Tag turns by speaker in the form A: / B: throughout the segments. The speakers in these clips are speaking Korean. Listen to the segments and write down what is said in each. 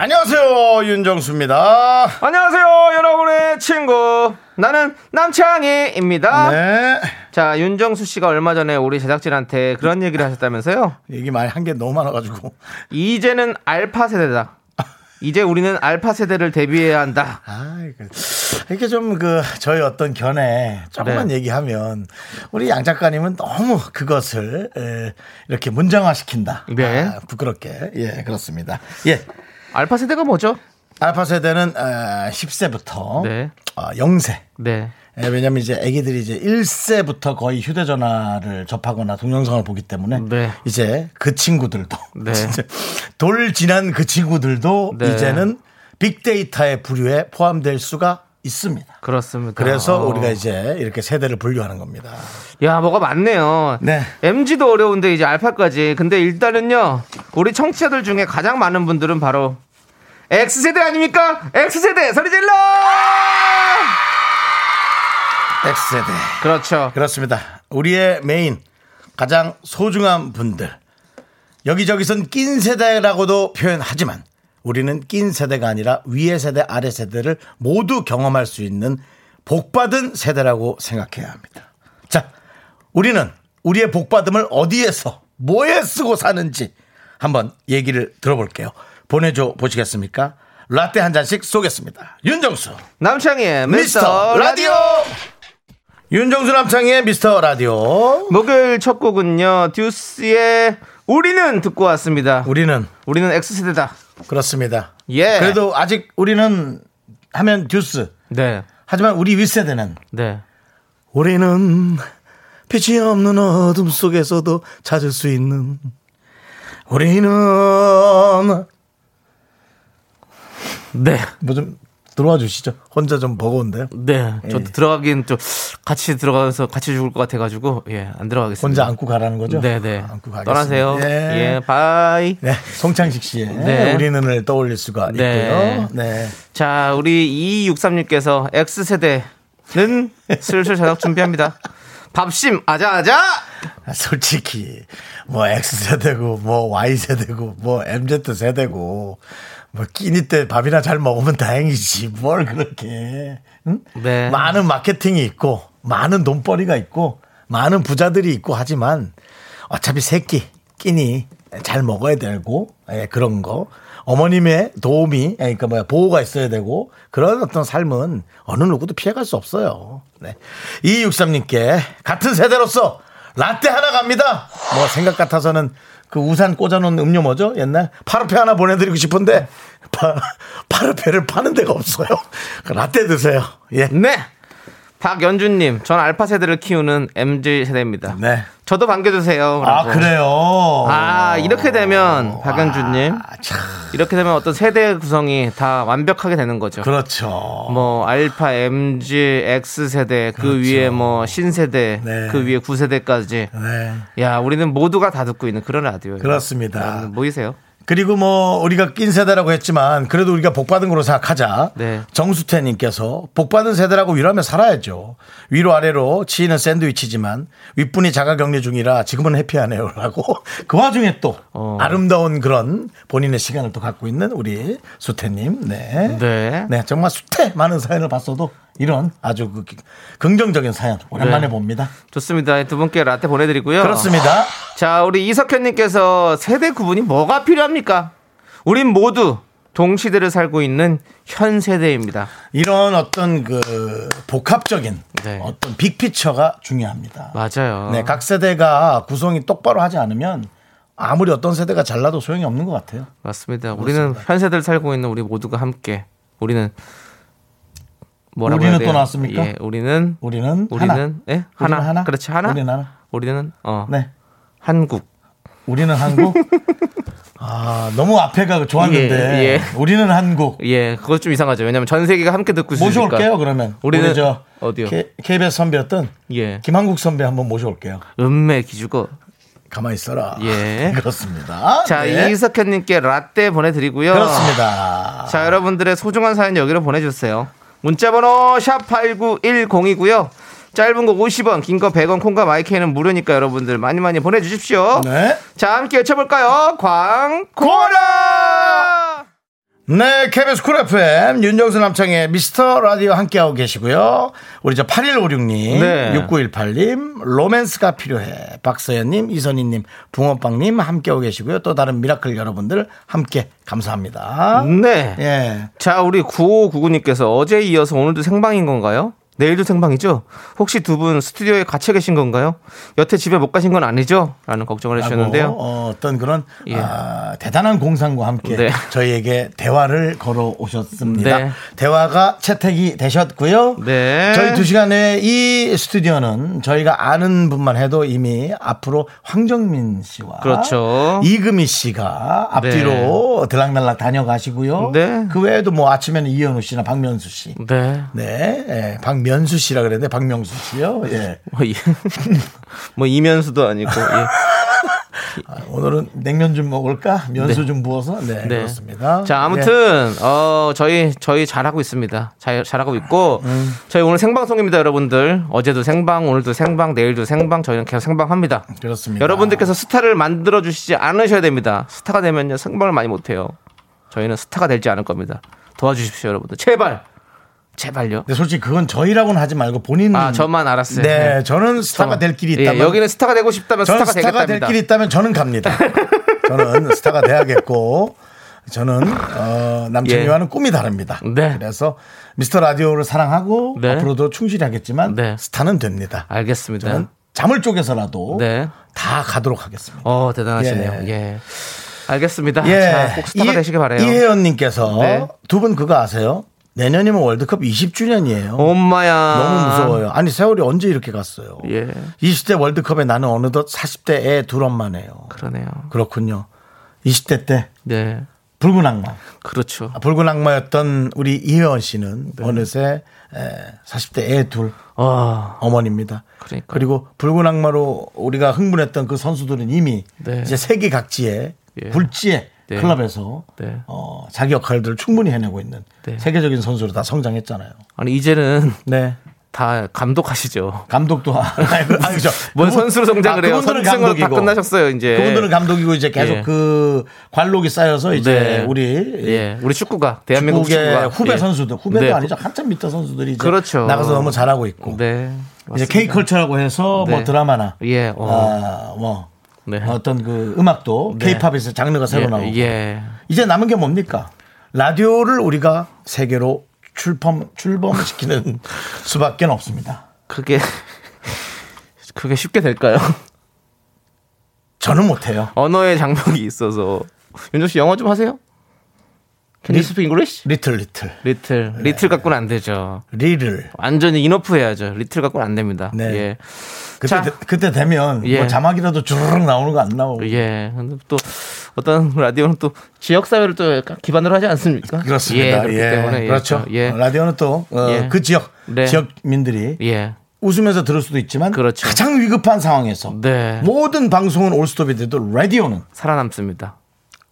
A: 안녕하세요 윤정수입니다.
B: 안녕하세요, 여러분의 친구. 나는 남창희입니다.
A: 네
B: 자, 윤정수 씨가 얼마 전에 우리 제작진한테 그런 얘기를 하셨다면서요?
A: 얘기 많이 한 게 너무 많아가지고
B: 이제는 알파 세대다. 이제 우리는 알파 세대를 대비해야 한다.
A: 아 이거
B: 그,
A: 이렇게 좀 그 저희 어떤 견해 조금만
B: 네.
A: 얘기하면 우리 양 작가님은 너무 그것을 에, 이렇게 문장화시킨다.
B: 네.
A: 아, 부끄럽게 예 그렇습니다. 예
B: 알파 세대가 뭐죠?
A: 알파 세대는 아, 10세부터
B: 네.
A: 아, 0세
B: 네.
A: 예, 왜냐면 이제 아기들이 이제 1세부터 거의 휴대전화를 접하거나 동영상을 보기 때문에
B: 네.
A: 이제 그 친구들도
B: 네.
A: 진짜 돌 지난 그 친구들도
B: 네.
A: 이제는 빅데이터의 부류에 포함될 수가 있습니다.
B: 그렇습니다.
A: 그래서
B: 어.
A: 우리가 이제 이렇게 세대를 분류하는 겁니다.
B: 야, 뭐가 많네요.
A: 네.
B: MG도 어려운데 이제 알파까지. 근데 일단은요, 우리 청취자들 중에 가장 많은 분들은 바로 X세대 아닙니까? X세대! 소리 질러!
A: X세대.
B: 그렇죠.
A: 그렇습니다. 우리의 메인 가장 소중한 분들 여기저기선 낀 세대라고도 표현하지만 우리는 낀 세대가 아니라 위의 세대 아래 세대를 모두 경험할 수 있는 복받은 세대라고 생각해야 합니다. 자, 우리는 우리의 복받음을 어디에서 뭐에 쓰고 사는지 한번 얘기를 들어볼게요. 보내줘 보시겠습니까? 라떼 한 잔씩 쏘겠습니다. 윤정수.
B: 남창희의
A: 미스터 라디오 윤정수 남창의 미스터 라디오
B: 목요일 첫 곡은요 듀스의 우리는 듣고 왔습니다
A: 우리는
B: 우리는 X세대다
A: 그렇습니다
B: 예.
A: 그래도 아직 우리는 하면 듀스
B: 네
A: 하지만 우리 윗세대는
B: 네.
A: 우리는 빛이 없는 어둠 속에서도 찾을 수 있는 우리는
B: 네.
A: 뭐 좀 들어와 주시죠 혼자 좀 버거운데요
B: 네.
A: 예.
B: 저도 들어가긴 좀 같이 들어가서 같이 죽을 것 같아가지고 예 안 들어가겠습니다
A: 혼자 안고 가라는 거죠?
B: 네네
A: 아, 안고 가겠습니다.
B: 떠나세요
A: 예.
B: 예 바이
A: 네, 송창식 씨의
B: 네.
A: 우리는을 떠올릴 수가
B: 네.
A: 있고요. 네.
B: 자, 우리 2636께서 X세대는 슬슬 저녁 준비합니다. 밥심, 아자아자!
A: 아, 솔직히 뭐 X세대고 뭐 Y세대고 뭐 MZ세대고 뭐 끼니 때 밥이나 잘 먹으면 다행이지 뭘 그렇게 응?
B: 네.
A: 많은 마케팅이 있고 많은 돈벌이가 있고 많은 부자들이 있고 하지만 어차피 새끼 끼니 잘 먹어야 되고 예, 그런 거 어머님의 도움이 예, 그러니까 뭐야 보호가 있어야 되고 그런 어떤 삶은 어느 누구도 피해갈 수 없어요. 네. 2263님께 같은 세대로서 라떼 하나 갑니다. 뭐 생각 같아서는 그 우산 꽂아놓은 음료 뭐죠? 옛날 파르페 하나 보내드리고 싶은데 파, 파르페를 파는 데가 없어요. 라떼 드세요. 예.
B: 네! 박연준님, 전 알파 세대를 키우는 MZ 세대입니다.
A: 네.
B: 저도 반겨주세요.
A: 아
B: 라고.
A: 그래요. 어.
B: 아, 이렇게 되면, 박연준님,
A: 아, 참.
B: 이렇게 되면 어떤 세대 구성이 다 완벽하게 되는 거죠.
A: 그렇죠.
B: 뭐, 알파, MG, X세대, 그 위에 뭐, 신세대,
A: 네.
B: 그 위에 9세대까지.
A: 네.
B: 야, 우리는 모두가 다 듣고 있는 그런 라디오예요.
A: 그렇습니다.
B: 여러분 모이세요.
A: 그리고 뭐 우리가 낀 세대라고 했지만 그래도 우리가 복받은 거로 생각하자.
B: 네.
A: 정수태님께서 복받은 세대라고 위로하며 살아야죠. 위로 아래로 치이는 샌드위치지만 윗분이 자가격리 중이라 지금은 해피하네요라고 그 와중에 또
B: 어.
A: 아름다운 그런 본인의 시간을 또 갖고 있는 우리 수태님. 네.
B: 네.
A: 네, 정말 수태 많은 사연을 봤어도 이런 아주 그 긍정적인 사연 오랜만에
B: 네. 어.
A: 봅니다.
B: 좋습니다. 두 분께 라떼 보내드리고요.
A: 그렇습니다.
B: 자, 우리 이석현님께서 세대 구분이 뭐가 필요합니까? 우린 모두 동시대를 살고 있는 현 세대입니다.
A: 이런 어떤 그 복합적인
B: 네.
A: 어떤 빅피처가 중요합니다.
B: 맞아요.
A: 네, 각 세대가 구성이 똑바로 하지 않으면 아무리 어떤 세대가 잘나도 소용이 없는 것 같아요.
B: 맞습니다. 우리는 현 세대를 살고 있는 우리 모두가 함께 우리는 뭐라고
A: 우리는
B: 해야
A: 또
B: 돼요?
A: 나왔습니까?
B: 예, 우리는
A: 우리는 하나.
B: 우리는 예? 하나.
A: 우리는 하나? 네.
B: 그렇지 하나.
A: 우리는 하나.
B: 우리는, 어
A: 네.
B: 한국.
A: 우리는 한국. 아, 너무 앞에가 좋았는데
B: 예, 예.
A: 우리는 한국
B: 예, 그것 좀 이상하죠. 왜냐면 전 세계가 함께 듣고 있으니까.
A: 모셔올게요 그러면
B: 우리는
A: 우리 저
B: 어디요?
A: K, KBS 선배였던
B: 예.
A: 김한국 선배 한번 모셔올게요
B: 음메 기주고.
A: 가만히 있어라
B: 예.
A: 그렇습니다
B: 자,
A: 네.
B: 이석현님께 라떼 보내드리고요.
A: 그렇습니다
B: 자, 여러분들의 소중한 사연 여기로 보내주세요. 문자번호 샵8910이고요. 짧은 거 50원, 긴 거 100원, 콩과 마이크는 무료니까 여러분들 많이 많이 보내주십시오.
A: 네.
B: 자, 함께 외쳐볼까요? 광고라!
A: 네, KBS 쿨 FM, 윤정수 남창의 미스터 라디오 함께하고 계시고요. 우리 저 8156님,
B: 네.
A: 6918님, 로맨스가 필요해. 박서연님, 이선희님, 붕어빵님 함께하고 계시고요. 또 다른 미라클 여러분들 함께 감사합니다.
B: 네.
A: 예.
B: 자, 우리 9599님께서 어제 이어서 오늘도 생방인 건가요? 내일도 생방이죠? 혹시 두 분 스튜디오에 갇혀 계신 건가요? 여태 집에 못 가신 건 아니죠? 라는 걱정을
A: 라고,
B: 해주셨는데요.
A: 어, 어떤 그런
B: 예.
A: 아, 대단한 공상과 함께
B: 네.
A: 저희에게 대화를 걸어 오셨습니다.
B: 네.
A: 대화가 채택이 되셨고요.
B: 네.
A: 저희 두 시간에 이 스튜디오는 저희가 아는 분만 해도 이미 앞으로 황정민 씨와
B: 그렇죠.
A: 이금희 씨가 앞뒤로 들락날락 다녀가시고요.
B: 네.
A: 그 외에도 뭐 아침에는 이현우 씨나 박명수 씨.
B: 네.
A: 네, 예, 박면수 씨라 그랬는데 박명수 씨요. 예.
B: 뭐, 이- 뭐 이면수도 아니고 예.
A: 아, 오늘은 냉면 좀 먹을까? 면수 좀 부어서? 네,
B: 네.
A: 그렇습니다.
B: 자
A: 예.
B: 아무튼 어 저희 저희 잘하고 있습니다 잘 잘하고 있고 저희 오늘 생방송입니다 여러분들 어제도 생방 오늘도 생방 내일도 생방 저희는 계속 생방합니다
A: 네, 그렇습니다.
B: 여러분들께서 스타를 만들어 주시지 않으셔야 됩니다 스타가 되면요 생방을 많이 못해요 저희는 스타가 되지 않을 겁니다 도와주십시오 여러분들 제발 제발요
A: 근데 솔직히 그건 저희라고는 하지 말고 본인
B: 아 저만 알았어요
A: 네, 저는 스타가
B: 저만.
A: 될 길이
B: 예,
A: 있다면
B: 여기는 스타가 되고 싶다면
A: 저는
B: 스타가,
A: 스타가, 될
B: 되겠답니다
A: 길이 있다면 저는 갑니다. 저는 스타가 돼야겠고 저는 어, 남편이와는 꿈이 다릅니다.
B: 예. 네.
A: 그래서 미스터 라디오를 사랑하고
B: 네.
A: 앞으로도 충실히 하겠지만
B: 네.
A: 스타는 됩니다.
B: 알겠습니다
A: 저는 잠을 쪼개서라도
B: 네.
A: 다 가도록 하겠습니다.
B: 어 대단하시네요.
A: 예.
B: 예. 알겠습니다. 아, 자, 꼭 스타가
A: 이-
B: 되시길 바래요.
A: 이혜연님께서
B: 네.
A: 두 분 그거 아세요? 내년이면 월드컵 20주년이에요.
B: 엄마야.
A: 너무 무서워요. 아니 세월이 언제 이렇게 갔어요?
B: 예.
A: 20대 월드컵에 나는 어느덧 40대 애 둘 엄마네요.
B: 그러네요.
A: 그렇군요. 20대 때
B: 네.
A: 붉은 악마,
B: 그렇죠.
A: 아, 붉은 악마였던 우리 이혜원 씨는
B: 네.
A: 어느새 에, 40대 애 둘 아.
B: 어.
A: 어머니입니다.
B: 그러니까요.
A: 리고 붉은 악마로 우리가 흥분했던 그 선수들은 이미
B: 네.
A: 이제 세계 각지의
B: 예.
A: 굴지의
B: 네.
A: 클럽에서
B: 네.
A: 어, 자기 역할들을 충분히 해내고 있는
B: 네.
A: 세계적인 선수로 다 성장했잖아요.
B: 아니 이제는
A: 네.
B: 다 감독하시죠.
A: 감독도 아이고, 아이고, 저.
B: 뭔
A: 그분-
B: 선수로 성장을
A: 아,
B: 해요?
A: 그분들은
B: 선수생활 다
A: 감독이고.
B: 끝나셨어요, 이제.
A: 그분들은 감독이고 이제 계속
B: 예. 네.
A: 그 관록이 쌓여서 이제 우리
B: 예. 우리 축구가 대한민국 축구가
A: 한국의 후배
B: 예.
A: 선수들 후배도
B: 네.
A: 아니죠 한참 밑에 선수들이 이제
B: 그렇죠.
A: 나가서 너무 잘하고 있고
B: 네.
A: 이제
B: 맞습니다.
A: K컬처라고 해서 뭐
B: 네.
A: 드라마나
B: 예. 어.
A: 아, 뭐
B: 네.
A: 어떤 그 음악도
B: 네.
A: K팝에서 장르가 새로
B: 예.
A: 나오고
B: 예.
A: 이제 남은 게 뭡니까 라디오를 우리가 세계로 출범 출범시키는 수밖에 없습니다.
B: 그게 그게 쉽게 될까요?
A: 저는 못해요.
B: 언어의 장벽이 있어서 윤종 씨 영어 좀 하세요? Can
A: 네.
B: you speak English?
A: 리틀 리틀
B: 리틀 리틀 갖고는 안 되죠.
A: 리를
B: 완전히 인어프 해야죠. 리틀 갖고는 안 됩니다.
A: 네.
B: 예.
A: 그때
B: 자.
A: 되- 그때 되면
B: 예.
A: 뭐 자막이라도 주르륵 나오는 거 안 나오고
B: 예. 근데 또 어떤 라디오는 또 지역 사회를 또 약간 기반으로 하지 않습니까? 예,
A: 그렇습니다.
B: 그렇기
A: 예,
B: 때문에 예,
A: 그렇죠.
B: 또, 예.
A: 라디오는 또 그
B: 예.
A: 지역
B: 네.
A: 지역민들이
B: 예.
A: 웃으면서 들을 수도 있지만
B: 그렇죠.
A: 가장 위급한 상황에서
B: 네.
A: 모든 방송은 올스톱이 돼도 라디오는
B: 살아남습니다.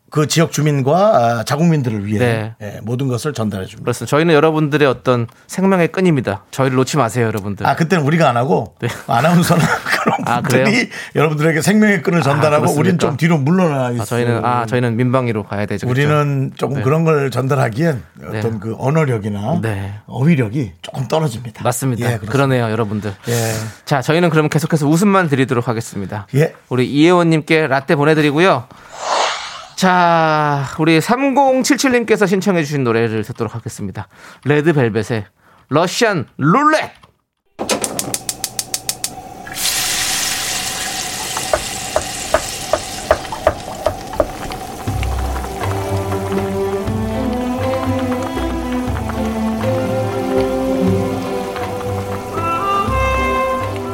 A: 그 지역 주민과 아, 자국민들을 위해
B: 네.
A: 예, 모든 것을 전달해 줍니다.
B: 그렇습니다. 저희는 여러분들의 어떤 생명의 끈입니다. 저희를 놓지 마세요, 여러분들.
A: 아 그때는 우리가 안 하고 아나운서나 그런
B: 그렇죠. 네. 아,
A: 분들이 여러분들에게 생명의 끈을 전달하고
B: 그렇습니까?
A: 우리는 좀 뒤로 물러나 있어.
B: 아, 저희는 아, 저희는 민방위로 가야 되죠. 그렇죠?
A: 음. 우리는 조금
B: 네.
A: 그런 걸 전달하기엔 어떤
B: 네.
A: 그 언어력이나
B: 네.
A: 어휘력이 조금 떨어집니다.
B: 맞습니다.
A: 예, 그렇습니다.
B: 그러네요, 여러분들.
A: 예.
B: 자, 저희는 그럼 계속해서 웃음만 드리도록 하겠습니다.
A: 예.
B: 우리 이혜원님께 라떼 보내드리고요. 자, 우리 3077님께서 신청해주신 노래를 듣도록 하겠습니다. 레드벨벳의 러시안 룰렛!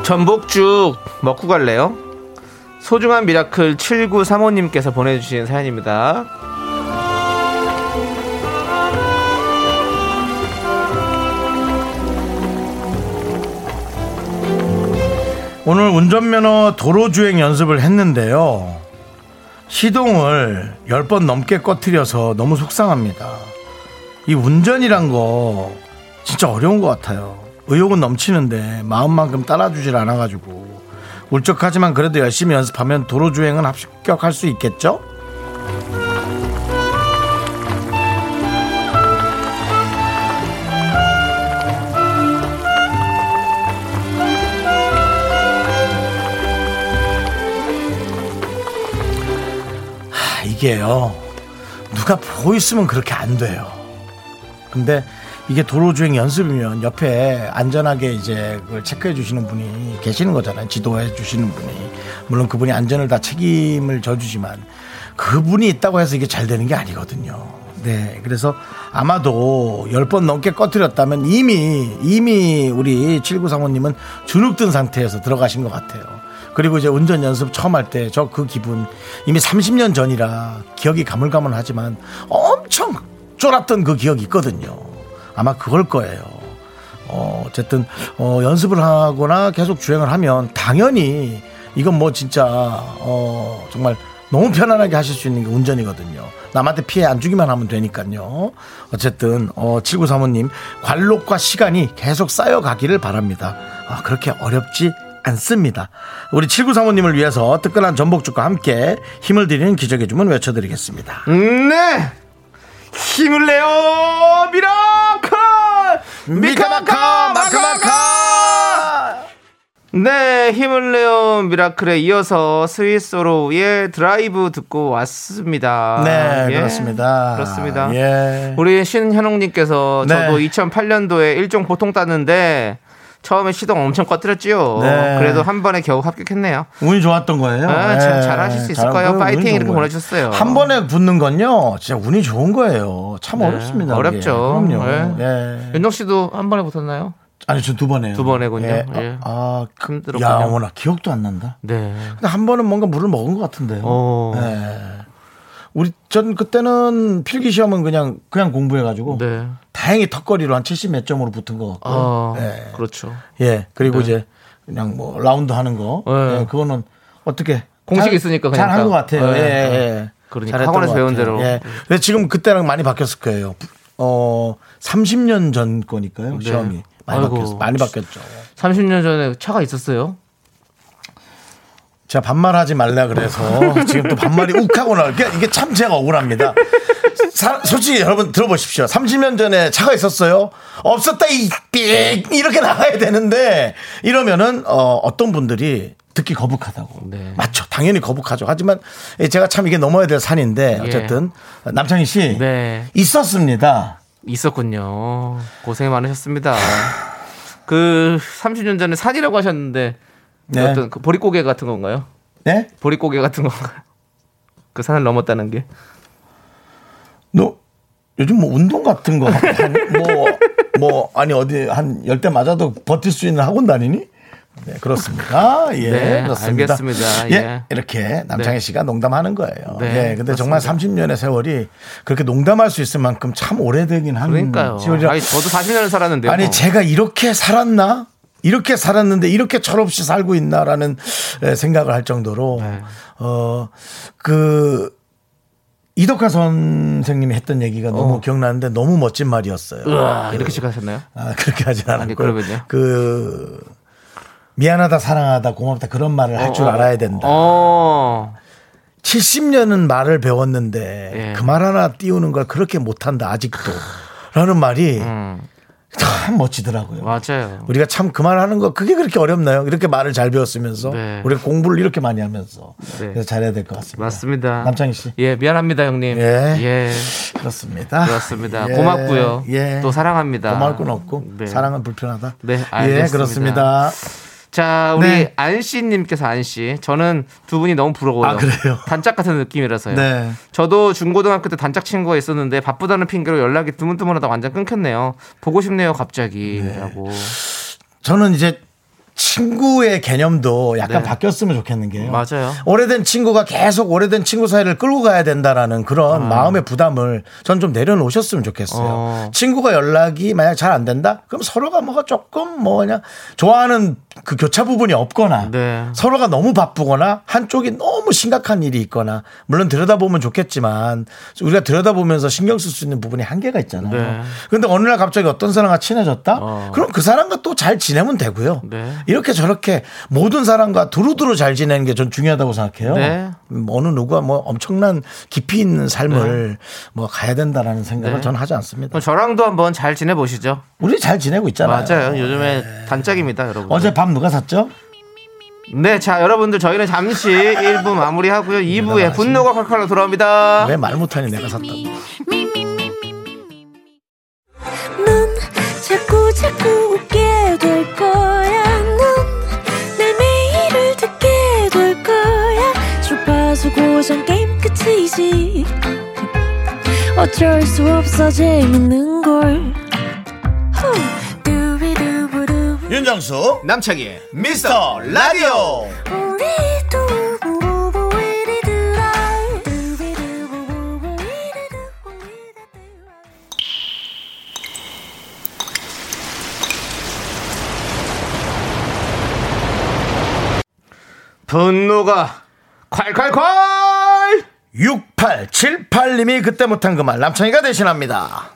B: 전복죽 먹고 갈래요? 소중한 미라클 7935님께서 보내주신 사연입니다.
A: 오늘 운전면허 도로주행 연습을 했는데요. 시동을 10번 넘게 꺼트려서 너무 속상합니다. 이 운전이란 거 진짜 어려운 것 같아요. 의욕은 넘치는데 마음만큼 따라주질 않아가지고 울적하지만 그래도 열심히 연습하면 도로주행은 합격할 수 있겠죠? 아, 이게요. 누가 보고 있으면 그렇게 안 돼요. 근데 이게 도로주행 연습이면 옆에 안전하게 이제 그걸 체크해 주시는 분이 계시는 거잖아요. 지도해 주시는 분이. 물론 그분이 안전을 다 책임을 져주지만 그분이 있다고 해서 이게 잘 되는 게 아니거든요. 네. 그래서 아마도 10번 넘게 꺼뜨렸다면 이미, 이미 우리 7935님은 주눅든 상태에서 들어가신 것 같아요. 그리고 이제 운전 연습 처음 할 때 저 그 기분 이미 30년 전이라 기억이 가물가물하지만 엄청 쫄았던 그 기억이 있거든요. 아마 그걸 거예요. 어, 어쨌든 어, 연습을 하거나 계속 주행을 하면 당연히 이건 뭐 진짜 어, 정말 너무 편안하게 하실 수 있는 게 운전이거든요. 남한테 피해 안 주기만 하면 되니까요. 어쨌든 어, 7935님 관록과 시간이 계속 쌓여가기를 바랍니다. 아, 그렇게 어렵지 않습니다. 우리 7935님을 위해서 뜨끈한 전복죽과 함께 힘을 드리는 기적의 주문 외쳐드리겠습니다.
B: 음, 네! 힘을 내요! 미라클! 미카마카! 마카마카! 네, 힘을 내요 미라클에 이어서 스위스로의 드라이브 듣고 왔습니다.
A: 네,
B: 예,
A: 그렇습니다.
B: 그렇습니다.
A: 예.
B: 우리 신현웅님께서
A: 네.
B: 저도 2008년도에 일종 보통 땄는데 처음에 시동 엄청 꺼뜨렸지요.
A: 네.
B: 그래도 한 번에 겨우 합격했네요.
A: 운이 좋았던 거예요.
B: 아, 참
A: 예,
B: 잘하실 수 있을
A: 잘-
B: 거예요.
A: 운이
B: 파이팅
A: 좋은
B: 이렇게
A: 거예요.
B: 보내주셨어요.
A: 한 번에 붙는 건요, 진짜 운이 좋은 거예요. 참
B: 네,
A: 어렵습니다. 그게.
B: 어렵죠.
A: 그럼요.
B: 네.
A: 예.
B: 윤정 씨도 한 번에 붙었나요?
A: 아니, 전 두 번에요.
B: 두 번에군요.
A: 예.
B: 예.
A: 아, 그,
B: 힘들었군요.
A: 야, 워낙 기억도 안 난다.
B: 네.
A: 근데 한 번은 뭔가 물을 먹은 것 같은데요.
B: 어.
A: 예. 우리 전 그때는 필기 시험은 그냥 그냥 공부해가지고
B: 네.
A: 다행히 턱걸이로 한 70 몇 점으로 붙은 것 같고
B: 아,
A: 예.
B: 그렇죠.
A: 예 그리고 이제 그냥 뭐 라운드 하는 거
B: 예.
A: 예, 그거는 어떻게
B: 공식이
A: 잘-
B: 있으니까 그냥
A: 잘한
B: 딱.
A: 것 같아요.
B: 예,
A: 예,
B: 예.
A: 예.
B: 그러니까
A: 잘했던
B: 학원에서
A: 것
B: 배운
A: 같아요.
B: 대로.
A: 예. 근데 지금 그때랑 많이 바뀌었을 거예요. 어 30년 전 거니까요. 시험이 많이
B: 네. 아이고.
A: 바뀌었 많이 바뀌었죠.
B: 30년 전에 차가 있었어요?
A: 제가 반말하지 말라 그래서 지금 또 반말이 욱하고 나올 게 이게 참 제가 억울합니다. 사- 솔직히 여러분 들어보십시오. 30년 전에 차가 있었어요. 없었다 이삑 이렇게 나가야 되는데 이러면은 어, 어떤 분들이 듣기 거북하다고.
B: 네.
A: 맞죠. 당연히 거북하죠. 하지만 예, 제가 참 이게 넘어야 될 산인데 어쨌든 남창희 씨
B: 예. 네.
A: 있었습니다.
B: 있었군요. 고생 많으셨습니다. 그 30년 전에 산이라고 하셨는데 그
A: 네.
B: 어떤 그 보릿고개 같은 건가요?
A: 네?
B: 보릿고개 같은 건가요? 그 산을 넘었다는 게.
A: 너 요즘 뭐 운동 같은 거 뭐뭐 뭐 아니 어디 한 열 대 맞아도 버틸 수 있는 학원 다니니? 네 그렇습니다. 예
B: 네,
A: 그렇습니다.
B: 알겠습니다.
A: 예,
B: 예.
A: 이렇게 남창희
B: 네.
A: 씨가 농담하는 거예요.
B: 네,
A: 예 근데 정말 30년의 세월이 그렇게 농담할 수 있을 만큼 참 오래되긴 한
B: 그러니까요.
A: 세월이라-
B: 아니 저도 40년을
A: 음,
B: 살았는데요.
A: 아니 제가 이렇게 살았나? 이렇게 살았는데 이렇게 철없이 살고 있나라는 에, 생각을 할 정도로
B: 네.
A: 어, 어그 이덕화 선생님이 했던 얘기가
B: 어.
A: 너무 기억나는데 너무 멋진 말이었어요.
B: 으아, 이렇게 시작하셨나요?
A: 아, 그렇게 하진 않았고요.
B: 그러면요?
A: 그 미안하다 사랑하다 고맙다 그런 말을 할 줄 알아야 된다.
B: 어.
A: 70년은 말을 배웠는데
B: 예.
A: 그 말 하나 띄우는 걸 그렇게 못한다 아직도 라는 말이
B: 음,
A: 참 멋지더라고요.
B: 맞아요.
A: 우리가 참 그만하는 거 그게 그렇게 어렵나요? 이렇게 말을 잘 배웠으면서
B: 네.
A: 우리가 공부를 이렇게 많이 하면서
B: 네.
A: 그래서 잘해야 될 것 같습니다.
B: 맞습니다.
A: 남창희 씨.
B: 예, 미안합니다, 형님.
A: 예.
B: 예.
A: 그렇습니다.
B: 그렇습니다.
A: 예,
B: 고맙고요.
A: 예.
B: 또 사랑합니다.
A: 고마울 건 없고
B: 네.
A: 사랑은 불편하다.
B: 네,
A: 예,
B: 알겠습니다.
A: 그렇습니다.
B: 자, 우리
A: 네.
B: 안씨님께서 안씨. 저는 두 분이 너무 부러워요.
A: 아, 그래요?
B: 단짝 같은 느낌이라서요.
A: 네.
B: 저도 중고등학교 때 단짝 친구가 있었는데 바쁘다는 핑계로 연락이
A: 네.
B: 드문드문하다 완전 끊겼네요. 보고 싶네요, 갑자기. 라고.
A: 저는 이제 친구의 개념도 약간
B: 네.
A: 바뀌었으면 좋겠는 게요.
B: 맞아요.
A: 오래된 친구가 계속 오래된 친구 사이를 끌고 가야 된다라는 그런 마음의 부담을 전 좀 내려놓으셨으면 좋겠어요.
B: 아. 어.
A: 친구가 연락이 만약 잘 안 된다? 그럼 서로가 뭐가 조금 뭐 그냥 좋아하는 그 교차 부분이 없거나
B: 네.
A: 서로가 너무 바쁘거나 한쪽이 너무 심각한 일이 있거나 물론 들여다보면 좋겠지만 우리가 들여다보면서 신경 쓸 수 있는 부분이 한계가 있잖아요.
B: 네.
A: 근데 어느 날 갑자기 어떤 사람과 친해졌다?
B: 어.
A: 그럼 그 사람과 또 잘 지내면 되고요.
B: 네.
A: 이렇게 저렇게 모든 사람과 두루두루 잘 지내는 게 전 중요하다고 생각해요.
B: 네.
A: 음, 어느 누가 뭐 엄청난 깊이 있는 삶을 뭐 가야 된다라는 생각을
B: 네.
A: 저는 하지 않습니다.
B: 그럼 저랑도 한번 잘 지내보시죠.
A: 우리 잘 지내고 있잖아요. 네.
B: 맞아요. 요즘에 단짝입니다, 여러분.
A: 어제 밤 누가 샀죠?
B: 네, 자, 여러분들 저희는 잠시 1부 마무리하고요. 2부에 분노가 칼칼로 돌아옵니다.
A: 왜 말 못하니 내가 샀다고.
C: 넌 자꾸 자꾸 웃게 될 거야. 넌내 매일을 듣게 될 거야. 주파수 고정 게임 끝이지. 어쩔 수 없어 재밌는 걸. 후. 두비두부두.
A: 윤정수
B: 남창희의
A: 미스터 라디오
C: 우리 두부부부 우리 두라. 두비두부부부 우리 두부 우리 두라.
B: 분노가 콸콸콸!
A: 6878님이 그때 못한 그 말 남창희가 대신합니다.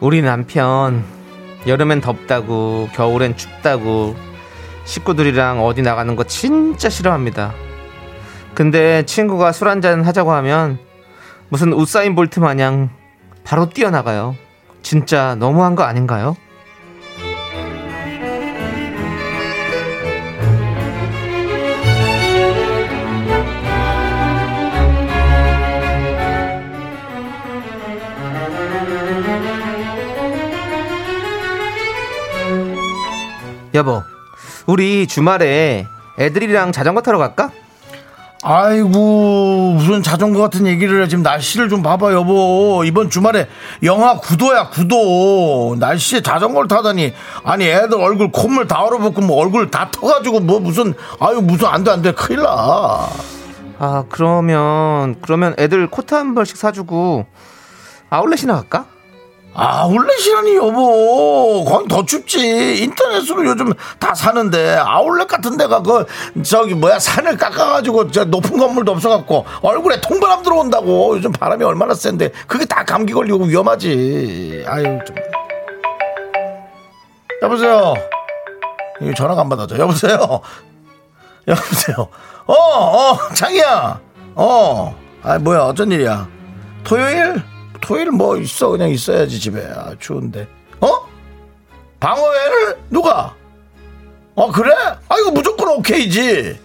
B: 우리 남편 여름엔 덥다고 겨울엔 춥다고 식구들이랑 어디 나가는 거 진짜 싫어합니다. 근데 친구가 술 한잔 하자고 하면 무슨 우사인 볼트 마냥 바로 뛰어나가요. 진짜 너무한 거 아닌가요? 여보, 우리 주말에 애들이랑 자전거 타러 갈까?
A: 아이고 무슨 자전거 같은 얘기를 해 지금 날씨를 좀 봐봐 여보 이번 주말에 영하 9도야 9도 날씨에 자전거를 타다니 아니 애들 얼굴 콧물 다 얼어붙고 뭐 얼굴 다 터가지고 뭐 무슨 아유 무슨 안돼 안돼 큰일 나
B: 아, 그러면, 그러면 애들 코트 한 벌씩 사주고 아울렛이나 갈까?
A: 아울렛이라니 여보 거기 더 춥지 인터넷으로 요즘 다 사는데 아울렛 같은 데가 그 저기 뭐야 산을 깎아가지고 저 높은 건물도 없어갖고 얼굴에 통바람 들어온다고 요즘 바람이 얼마나 센데 그게 다 감기 걸리고 위험하지 아유 좀 여보세요 이거 전화가 안 받아져 여보세요 여보세요 어어 장이야 어 아 뭐야 어쩐 일이야 토요일? 토요일 뭐 있어 그냥 있어야지 집에 아, 추운데 어? 방어회를 누가? 어 그래? 아 이거 무조건 오케이지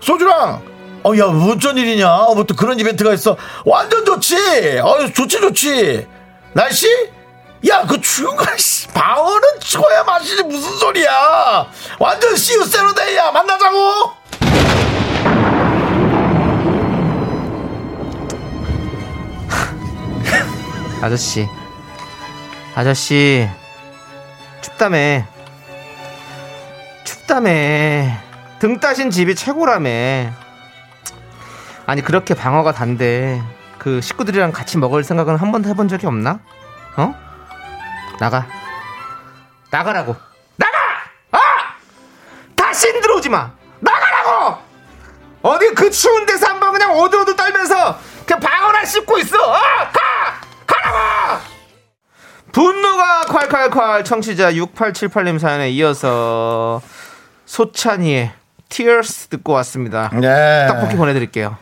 A: 소주랑 어야 어쩐 일이냐 어, 뭐또 그런 이벤트가 있어 완전 좋지 어 좋지 좋지 날씨? 야 그 추운 거 씨, 방어는 쳐야 마시지 무슨 소리야 완전 시우세로데이야 만나자고
B: 아저씨 아저씨 춥다며 춥다며 등 따신 집이 최고라며 아니 그렇게 방어가 단데 그 식구들이랑 같이 먹을 생각은 한 번도 해본 적이 없나? 어? 나가 나가라고 나가! 아! 다시 들어오지 마 나가라고! 어디 그 추운 데서 한번 그냥 오들오들 떨면서 그냥 방어나 씹고 있어. 어, 가! 가라고! 분노가 콸콸콸 청취자 6878님 사연에 이어서 소찬이의 Tears 듣고 왔습니다.
A: 네.
B: 떡볶이 보내드릴게요.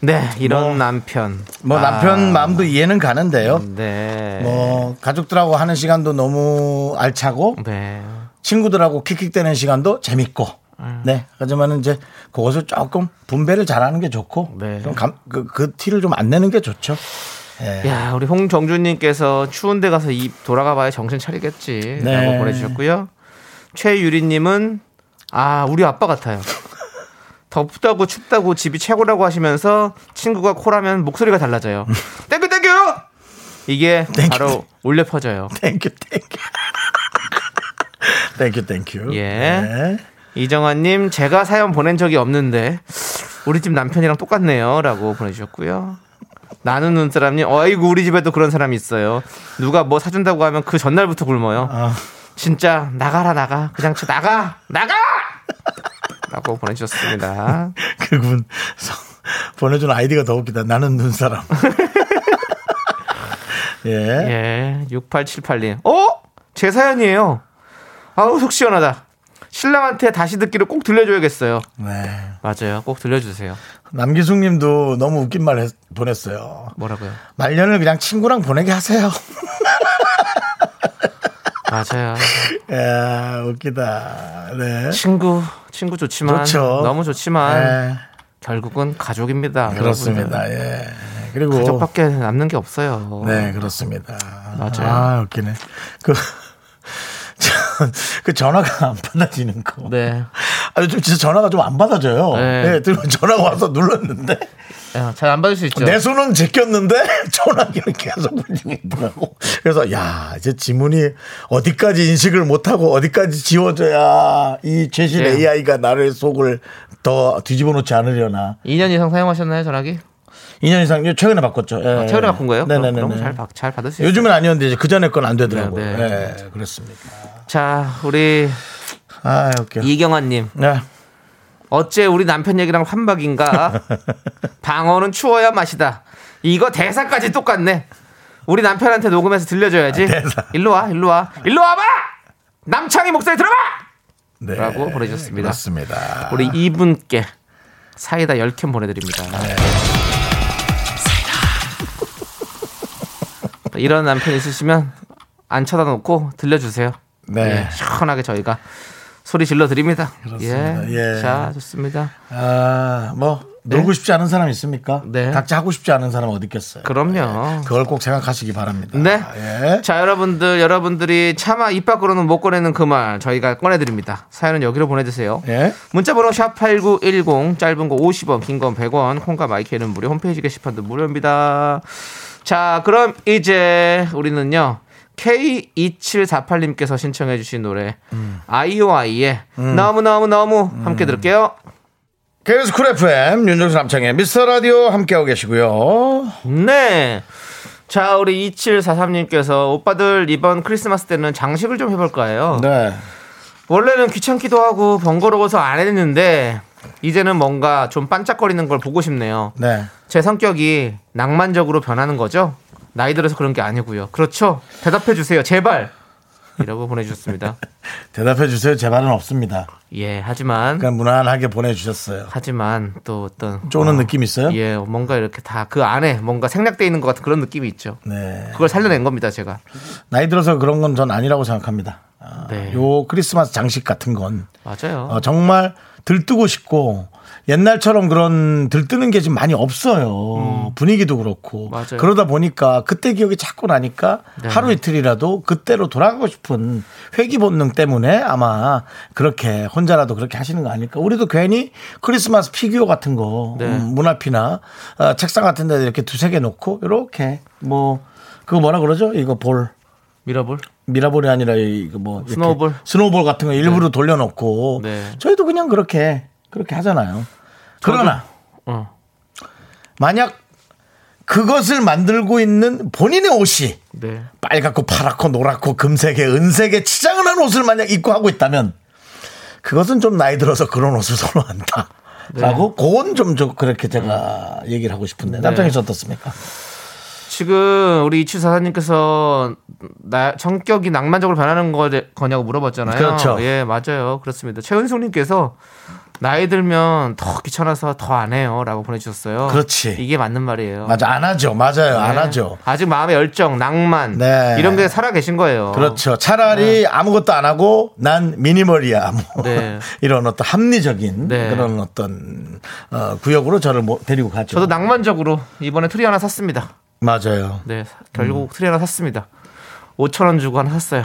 B: 네, 이런 남편.
A: 뭐
B: 아,
A: 남편 마음도 이해는 가는데요
B: 네.
A: 뭐 가족들하고 하는 시간도 너무 알차고
B: 네.
A: 친구들하고 킥킥대는 시간도 재밌고
B: 음.
A: 네 하지만 이제 그것을 조금 분배를 잘하는 게 좋고
B: 네.
A: 좀 감- 그, 그 티를 좀 안 내는 게 좋죠 예.
B: 야, 우리 홍정준님께서 추운데 가서 입 돌아가봐야 정신 차리겠지.
A: 네.
B: 라고 보내주셨고요. 최유리님은 아, 우리 아빠 같아요. 덥다고 춥다고 집이 최고라고 하시면서 친구가 코라면 목소리가 달라져요. 땡큐 땡큐! 이게
A: 땡큐.
B: 바로 올려 퍼져요.
A: 땡큐 땡큐. 땡큐 땡큐.
B: 예.
A: 네.
B: 이정환님, 제가 사연 보낸 적이 없는데, 우리 집 남편이랑 똑같네요. 라고 보내주셨고요. 나누는 사람님, 어이구, 우리 집에도 그런 사람이 있어요. 누가 뭐 사준다고 하면 그 전날부터 굶어요.
A: 아,
B: 진짜, 나가라, 나가. 그냥 쳐, 나가! 나가! 라고 보내주셨습니다.
A: 그분 성- 보내준 아이디가 더 웃기다. 나는 눈사람. 예.
B: 예, 6878님. 어? 제 사연이에요. 아우, 속 시원하다. 신랑한테 다시 듣기를 꼭 들려줘야겠어요.
A: 네.
B: 맞아요. 꼭 들려주세요.
A: 남기숙 님도 너무 웃긴 말 했- 보냈어요.
B: 뭐라고요?
A: 말년을 그냥 친구랑 보내게 하세요.
B: 맞아요.
A: 야, 예, 웃기다. 네.
B: 친구, 친구 좋지만.
A: 좋죠.
B: 너무 좋지만.
A: 네.
B: 결국은 가족입니다. 여러분들.
A: 그렇습니다. 예. 그리고
B: 가족밖에 남는 게 없어요.
A: 네, 그렇습니다.
B: 맞아요.
A: 아, 웃기네. 그, 전- 그 전화가 안 받아지는 거.
B: 네.
A: 아니, 좀 진짜 전화가 좀 안 받아져요.
B: 네.
A: 네. 들으면 전화가 와서 눌렀는데,
B: 잘 안 받을 수 있죠.
A: 내 손은 제꼈는데, 전화기는 계속 울리고 있더라고. 그래서, 야, 이제 지문이 어디까지 인식을 못하고, 어디까지 지워져야 이 최신
B: 네.
A: AI가 나를 속을 더 뒤집어 놓지 않으려나.
B: 2년 이상 사용하셨나요, 전화기?
A: 2년 이상, 최근에 바꿨죠. 예.
B: 아, 최근에 바꾼 거예요? 그럼,
A: 네네네.
B: 그럼 잘, 받- 잘 받을 수 있어요.
A: 요즘은 아니었는데, 이제 그전에 건 안 되더라고요.
B: 네,
A: 네, 그렇습니다.
B: 자, 우리
A: 아, 웃겨.
B: 이경아님.
A: 네.
B: 어째 우리 남편 얘기랑 환박인가? 방어는 추워야 맛이다. 이거 대사까지 똑같네. 우리 남편한테 녹음해서 들려줘야지.
A: 아, 대사.
B: 일로 와, 일로 와, 일로 와봐! 남창희 목소리 들어봐!
A: 네.
B: 라고 보내주셨습니다.
A: 그렇습니다.
B: 우리 이분께 사이다 10캔 보내드립니다.
A: 네.
B: 사이다. 이런 남편 있으시면 안 쳐다 놓고 들려주세요.
A: 네.
B: 예, 시원하게 저희가 소리 질러 드립니다.
A: 그렇습니다. 예.
B: 자, 좋습니다.
A: 아, 뭐 놀고 싶지 않은 사람 있습니까?
B: 네.
A: 각자 하고 싶지 않은 사람 어디 있겠어요?
B: 그럼요.
A: 그걸 꼭 생각하시기 바랍니다.
B: 네.
A: 아, 예.
B: 자, 여러분들, 여러분들이 차마 입 밖으로는 못 꺼내는 그 말 저희가 꺼내드립니다. 사연은 여기로 보내주세요.
A: 예.
B: 문자번호 샵8910, 짧은 거 50원, 긴 건 100원, 콩과 마이크는 무료, 홈페이지 게시판도 무료입니다. 자, 그럼 이제 우리는요. K2748님께서 신청해주신 노래, 아이오아이의 너무너무너무 함께 들을게요.
A: KBS 쿨 FM 윤정수 남창의 미스터 라디오 함께하고 계시고요.
B: 네. 자, 우리 2743님께서 오빠들 이번 크리스마스 때는 장식을 좀 해볼 까요
A: 네.
B: 원래는 귀찮기도 하고 번거로워서 안 했는데 이제는 뭔가 좀 반짝거리는 걸 보고 싶네요.
A: 네.
B: 제 성격이 낭만적으로 변하는 거죠? 나이 들어서 그런 게 아니고요. 그렇죠? 대답해 주세요. 제발. 이라고 보내주셨습니다.
A: 대답해 주세요. 제 말은 없습니다.
B: 예, 하지만
A: 그냥 무난하게 보내주셨어요.
B: 하지만 또 어떤
A: 쪼는 느낌 있어요?
B: 예, 뭔가 이렇게 다 그 안에 뭔가 생략돼 있는 것 같은 그런 느낌이 있죠.
A: 네.
B: 그걸 살려낸 겁니다, 제가.
A: 나이 들어서 그런 건 전 아니라고 생각합니다. 아,
B: 네.
A: 요 크리스마스 장식 같은 건
B: 맞아요.
A: 어, 정말 들뜨고 싶고 옛날처럼 그런 들뜨는 게 지금 많이 없어요. 분위기도 그렇고.
B: 음. 맞아요.
A: 그러다 보니까 그때 기억이 자꾸 나니까
B: 네.
A: 하루 이틀이라도 그때로 돌아가고 싶은 회귀 본능 때문에 아마 그렇게 혼자라도 그렇게 하시는 거 아닐까. 우리도 괜히 크리스마스 피규어 같은 거
B: 네.
A: 음, 문 앞이나 어, 책상 같은 데 이렇게 두세 개 놓고 이렇게 뭐 그거 뭐라 그러죠? 이거 볼.
B: 미러볼.
A: 미라볼이 아니라 이거 뭐 이렇게
B: 스노우볼?
A: 스노우볼 같은 거 일부러 돌려놓고
B: 네.
A: 저희도 그냥 그렇게 그렇게 하잖아요. 그러나
B: 어.
A: 만약 그것을 만들고 있는 본인의 옷이
B: 네.
A: 빨갛고 파랗고 노랗고 금색에 은색에 치장을 한 옷을 만약 입고 하고 있다면 그것은 좀 나이 들어서 그런 옷을 선호한다.
B: 네.
A: 라고 그건 좀 저- 그렇게 제가 얘기를 하고 싶은데 남편이 씨 어떻습니까?
B: 지금 우리 이치 사사님께서 나 성격이 낭만적으로 변하는 거, 거냐고 물어봤잖아요.
A: 그렇죠.
B: 예, 맞아요. 그렇습니다. 최은숙님께서 나이 들면 더 귀찮아서 더 안 해요라고 보내주셨어요.
A: 그렇지.
B: 이게 맞는 말이에요.
A: 맞아 안 하죠 맞아요 안
B: 네.
A: 하죠
B: 아직 마음의 열정, 낭만
A: 네.
B: 이런 게 살아 계신 거예요.
A: 그렇죠. 차라리 아무것도 안 하고 난 미니멀이야. 뭐
B: 네.
A: 이런 어떤 합리적인
B: 네.
A: 그런 어떤 어, 구역으로 저를 모- 데리고 가죠.
B: 저도 낭만적으로 이번에 트리 하나 샀습니다.
A: 맞아요.
B: 네, 사-
A: 음.
B: 결국 트리 하나 샀습니다. 5천 원 주고 하나 샀어요.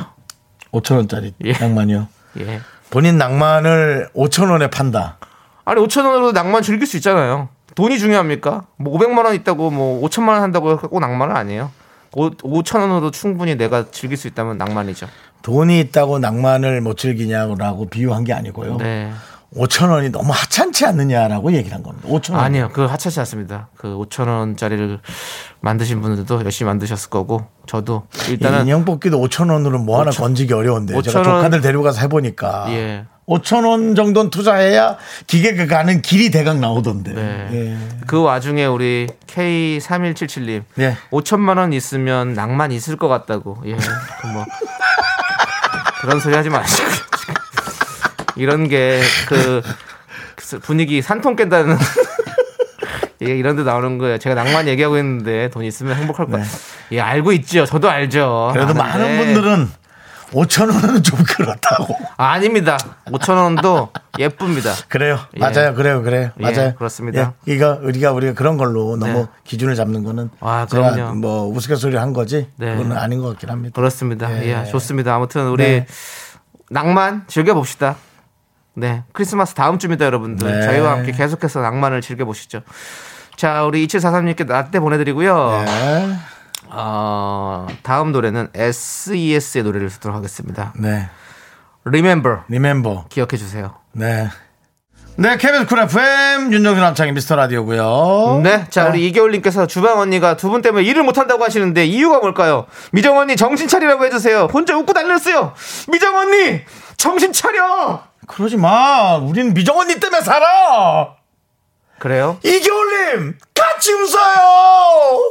A: 5천 원짜리
B: 예.
A: 양만이요.
B: 예.
A: 본인 낭만을 5천 원에 판다.
B: 아니 5천 원으로 낭만 즐길 수 있잖아요. 돈이 중요합니까? 뭐 500만 원 있다고 뭐 5천만 원 한다고 꼭 낭만은 아니에요. 5, 천 원으로 충분히 내가 즐길 수 있다면 낭만이죠.
A: 돈이 있다고 낭만을 못 즐기냐고 비유한 게 아니고요.
B: 네.
A: 5천 원이 너무 하찮지 않느냐라고 얘기를 한 겁니다. 5천 원.
B: 아니요. 그 하찮지 않습니다. 그 5천 원짜리를 만드신 분들도 열심히 만드셨을 거고 저도 일단은
A: 예, 인형 뽑기도 5천 원으로 뭐 하나 건지기 어려운데 제가
B: 5,000원
A: 조카들 데리고 가서 해보니까
B: 예.
A: 5천 원 정도는 투자해야 기계가 가는 길이 대강 나오던데.
B: 네.
A: 예.
B: 그 와중에 우리 K3177님
A: 예.
B: 5천만 원 있으면 낭만 있을 것 같다고. 예. 그뭐 그런 소리 하지 마시고 이런 게 그 분위기 산통 깬다는 예, 이런 데 나오는 거예요. 제가 낭만 얘기하고 있는데 돈 있으면 행복할 거야. 예, 알고 있죠. 저도 알죠.
A: 네. 그래도
B: 아는데. 네.
A: 많은 분들은 5천 원은 좀 그렇다고.
B: 아, 닙니다 5천 원도 예쁩니다.
A: 그래요.
B: 예.
A: 맞아요. 그래요. 그래요.
B: 예,
A: 맞아요.
B: 그렇습니다.
A: 예, 이거 우리가 우리가 그런 걸로 너무
B: 네.
A: 기준을 잡는 거는
B: 아,
A: 제가
B: 그럼요.
A: 뭐 우스갯소리 한 거지.
B: 네.
A: 그건 아닌 것 같긴 합니다.
B: 그렇습니다.
A: 예.
B: 예, 좋습니다. 아무튼 우리
A: 네.
B: 낭만 즐겨봅시다. 네, 크리스마스 다음 주입니다, 여러분들.
A: 네.
B: 저희와 함께 계속해서 낭만을 즐겨보시죠. 자, 우리 2743님께 라떼 보내드리고요.
A: 네.
B: 어, 다음 노래는 SES의 노래를 듣도록 하겠습니다.
A: 네.
B: Remember,
A: 리멤버.
B: 기억해주세요.
A: 네. 네, 케빈 쿨 FM 윤정수 남창의 미스터 라디오고요.
B: 네, 자, 우리 이겨울님께서 주방 언니가 두 분 때문에 일을 못한다고 하시는데 이유가 뭘까요? 미정 언니 정신 차리라고 해주세요. 혼자 웃고 달렸어요. 미정 언니! 정신 차려!
A: 그러지 마. 우린 미정 언니 때문에 살아.
B: 그래요?
A: 이겨울님 같이 웃어요.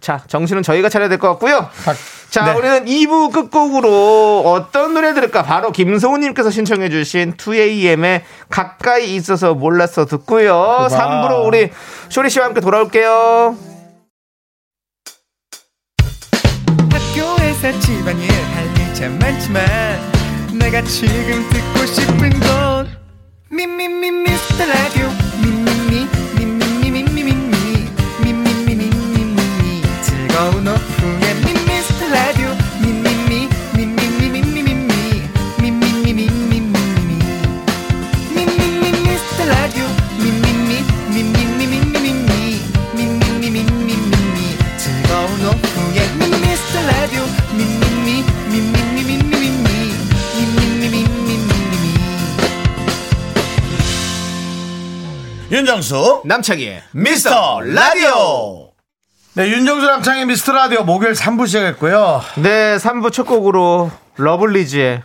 B: 자, 정신은 저희가 차려야 될 것 같고요.
A: 박-
B: 자,
A: 네.
B: 우리는 2부 끝곡으로 어떤 노래 들을까? 바로 김소우님께서 신청해주신 2AM의 가까이 있어서 몰랐어 듣고요.
A: 그만.
B: 3부로 우리 쇼리 씨와 함께 돌아올게요.
D: 학교에서 집안일 할 일 참 많지만 내가 지금 듣고 싶은 건 미미미 미스터 라디오 미미미 미미미 미미미 미미미 미미미 즐거운 오후에 미스터 라디오 미미미 미미미 미미미 미미미 미미미
A: 윤정수
B: 남창희의
A: 미스터 라디오. 네, 윤정수 남창의 미스터 라디오 목요일 3부 시작했고요.
B: 네, 3부 첫 곡으로 러블리즈의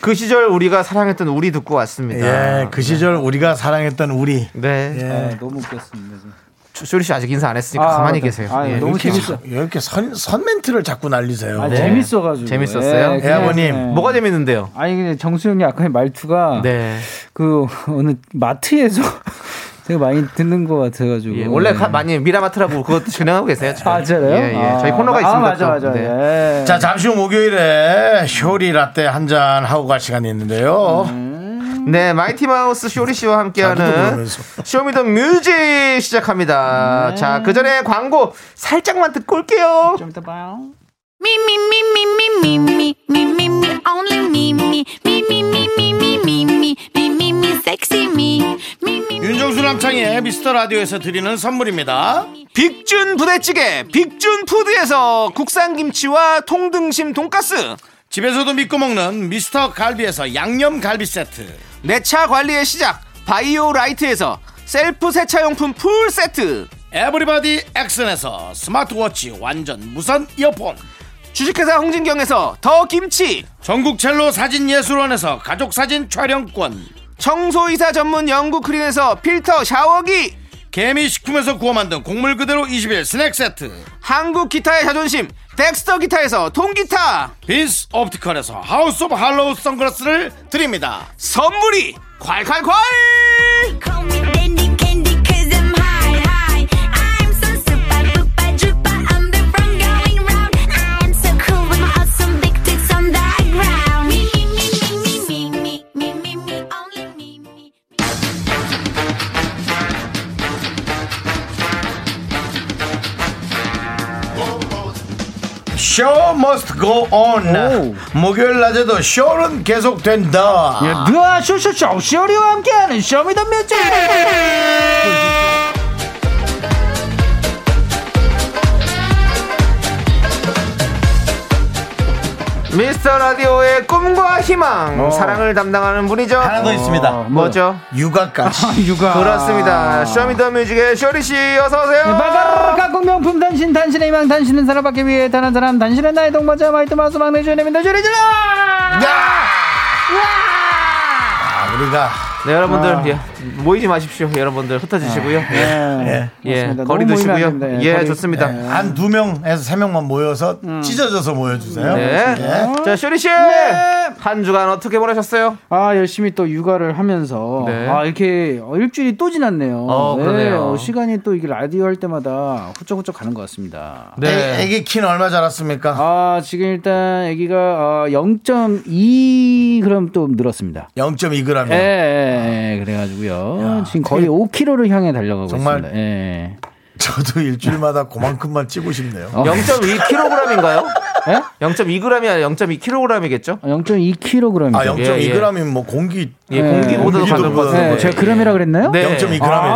B: 그 시절 우리가 사랑했던 우리 듣고 왔습니다.
A: 예, 그 시절 우리가 사랑했던 우리.
B: 네.
A: 예.
E: 너무 웃겼습니다. 진짜.
B: 쇼리 씨 아직 인사 안 했으니까 가만히
E: 맞다.
B: 계세요.
E: 아,
B: 예.
E: 너무 재밌어.
A: 왜 이렇게 선, 선 멘트를 자꾸 날리세요?
E: 아, 재밌어가지고.
B: 재밌었어요?
E: 예, 그냥,
A: 아버님,
E: 예.
B: 뭐가 재밌는데요?
E: 아니 근데 정수영이 아까의 말투가
B: 네.
E: 그 어느 마트에서 되게 많이 듣는 것 같아가지고.
B: 예, 원래
E: 예.
B: 가- 많이 미라마트라고 그것도 진행하고 계세요. 저희.
E: 아, 진짜요?
B: 예, 예. 저희
E: 아,
B: 코너가
E: 아,
B: 있습니다.
E: 맞아,
B: 또.
E: 맞아.
B: 네.
E: 예.
A: 자, 잠시 후 목요일에 쇼리 라떼 한 잔 하고 갈 시간이 있는데요.
B: 네, 마이티 마우스 쇼리 씨와
A: 자기도
B: 함께하는
A: 그러면서.
B: 쇼미더 뮤직 시작합니다.
E: 네.
B: 자, 그 전에 광고 살짝만 듣고 올게요.
E: 좀 이따 봐요.
C: Me me me me me me me me me me only me me me me me me me me me me me me sexy me me me
A: 윤정수 남창의 미스터 라디오에서 드리는 선물입니다.
B: 빅준 부대찌개, 빅준 푸드에서 국산 김치와 통등심 돈가스,
A: 집에서도 믿고 먹는 미스터 갈비에서 양념 갈비 세트.
B: 내 차 관리의 시작 바이오 라이트에서 셀프 세차용품 풀 세트,
A: 에브리바디 액션에서 스마트워치 완전 무선 이어폰.
B: 주식회사 홍진경에서 더 김치,
A: 전국 첼로 사진 예술원에서 가족 사진 촬영권.
B: 청소이사 전문 영국 크린에서 필터 샤워기,
A: 개미 식품에서 구워 만든 곡물 그대로 21 스낵 세트.
B: 한국 기타의 자존심 덱스터 기타에서 통기타
A: 빈스 옵티컬에서 하우스 오브 할로우 선글라스를 드립니다.
B: 선물이 콸콸콸
C: call me dandy candy cause I'm high high I'm so super duper duper I'm the one going round I'm so cool with my awesome big tits on the ground me me me me me me me me me only me me
A: show must go on. 목요일 낮에도 쇼는 계속된다.
E: 누아 쇼쇼쇼 쇼리와 함께하는 쇼미더뮤직
B: 미스터 라디오의 꿈과 희망,
E: 어.
B: 사랑을 담당하는 분이죠. 어,
A: 하나 더 있습니다.
B: 뭐죠?
A: 육아까지.
E: 어. 육아 네,
B: 그렇습니다. 쇼미더뮤직의 쇼리 씨 어서 오세요.
E: 바가르르 가공 명품 단신 단신의 희망 단신은 살아받기 위해 단한 사람 단신은 나의 동반자 마이트 마우스 막내 주님인데 쇼리 질러
A: 아, 우리가
B: 네, 여러분들
E: 아.
B: 예, 모이지 마십시오. 여러분들 흩어지시고요. 예,
E: 예,
B: 예,
E: 맞습니다.
B: 거리
E: 너무 모이면 안
B: 두시고요.
E: 됩니다.
B: 예,
E: 거리- 네.
B: 좋습니다.
A: 한 두 명에서 세 명만 모여서 찢어져서 모여주세요.
B: 네.
A: 예.
B: 자, 쇼리 씨!
E: 네.
B: 한 주간 어떻게 보내셨어요?
E: 아 열심히 또 육아를 하면서
B: 네.
E: 아 이렇게 어, 일주일이 또 지났네요.
B: 어, 그러네요.
E: 어, 시간이 또 이게 라디오 할 때마다 후쩍후쩍 가는 것 같습니다.
B: 네.
A: 애- 애기 키는 얼마 자랐습니까?
E: 아 지금 일단 아기가 어, 0.2 그럼 또 늘었습니다.
A: 0.2g.
E: 예, 예, 예, 그래가지고요. 지금 거의 5kg를 향해 달려가고
A: 정말-
E: 있습니다. 예.
A: 저도 일주일마다 그만큼만 찌고 싶네요.
E: 어,
B: 0.2kg인가요?
E: 예?
B: 0.2g이 아니라 0.2kg이겠죠?
E: 0.2kg이죠.
A: 아,
B: 예, 예.
A: 0.2g이면 뭐 공기
B: 예, 공기보다도
A: 공기도
B: 가벼울 것
A: 보다-
B: 같은데.
E: 네, 제가 그램이라 그랬나요?
B: 네.
A: 0.2g.
E: 아,
A: 예.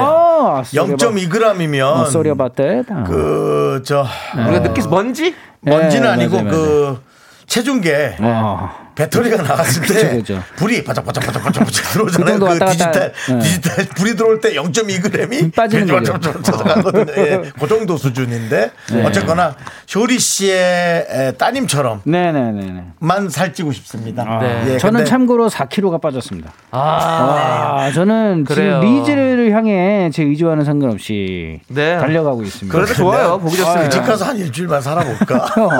E: 어,
A: 0.2g이면
E: 소리 봤대.
A: 그저
B: 우리가 그러니까 느끼 먼지?
A: 먼지는 아니고
E: 네. 예, 맞아요,
A: 그 체중계
E: 어.
A: 배터리가 나갔을 때
E: 그쵸, 그쵸.
A: 불이 바짝바짝 바짝바짝 바짝 들어오잖아요.
E: 정도
A: 그,
E: 왔다 갔다
A: 디지털
E: 네. 음,
A: 디지털 불이 들어올 때 0.2g이
E: 빠지는 거죠. 네.
A: 거든요. 예, 그 정도 수준인데 어쨌거나 쇼리 씨의 에, 따님처럼만
E: 네네네네.
A: 살찌고 싶습니다. 예,
E: 아, 네. 저는
A: 근데
E: 참고로 4kg가 빠졌습니다. 아, 저는
B: 그래요.
E: 지금 리즈를 향해 제 의지와는 상관없이
B: 네.
E: 달려가고 있습니다.
B: 그래도 좋아요. 보기 좋습니다.
A: 그 집 가서 한 일주일만 살아볼까?
E: 형,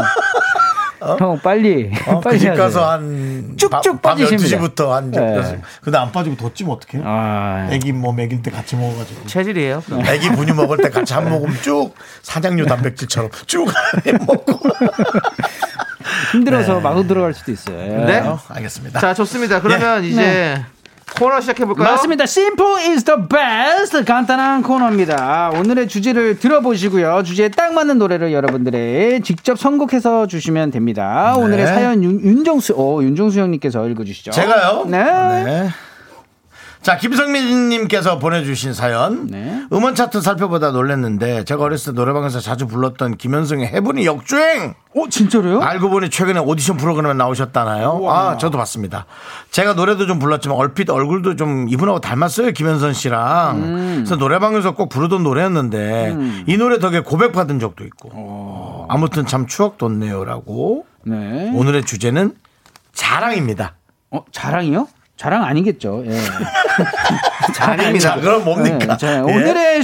E: 형 빨리
A: 어,
E: 빨리
A: 그집
E: 하세요.
A: 가서 한
E: 쭉쭉
A: 밤
E: 빠지십니다.
A: 12시부터 한
E: 네.
A: 여섯- 근데 안 빠지고 덧지면 어떡해요?
E: 아,
A: 애기 뭐 먹일 때 같이 먹어가지고
B: 체질이에요.
A: 애기 분유 먹을 때 같이 한 모금 쭉 사장류 단백질처럼 쭉 안에 먹고 네.
E: 힘들어서 마구 들어갈 수도 있어요. 예.
B: 네.
A: 어, 알겠습니다.
B: 자, 좋습니다. 그러면 이제 코너 시작해볼까요?
E: 네. 맞습니다. Simple is the best. 간단한 코너입니다. 오늘의 주제를 들어보시고요. 주제에 딱 맞는 노래를 여러분들의 직접 선곡해서 주시면 됩니다.
A: 네.
E: 오늘의 사연 윤, 정수 오, 윤정수 형님께서 읽어주시죠.
A: 제가요?
E: 네.
A: 네. 자, 김성민님께서 보내주신 사연.
E: 네.
A: 음원 차트 살펴보다 놀랐는데, 제가 어렸을 때 노래방에서 자주 불렀던 김현승의 해분이 역주행!
E: 어, 진짜로요?
A: 알고 보니 최근에 오디션 프로그램에 나오셨다나요? 아, 저도 봤습니다. 제가 노래도 좀 불렀지만 얼핏 얼굴도 좀 이분하고 닮았어요, 김현선 씨랑. 그래서 노래방에서 꼭 부르던 노래였는데 이 노래 덕에 고백받은 적도 있고. 아무튼 참 추억 돋네요라고.
E: 네.
A: 오늘의 주제는 자랑입니다.
E: 어, 자랑이요? 자랑 아니겠죠. 예.
A: 자, 그럼 뭡니까?
E: 네, 자,
A: 예?
E: 오늘의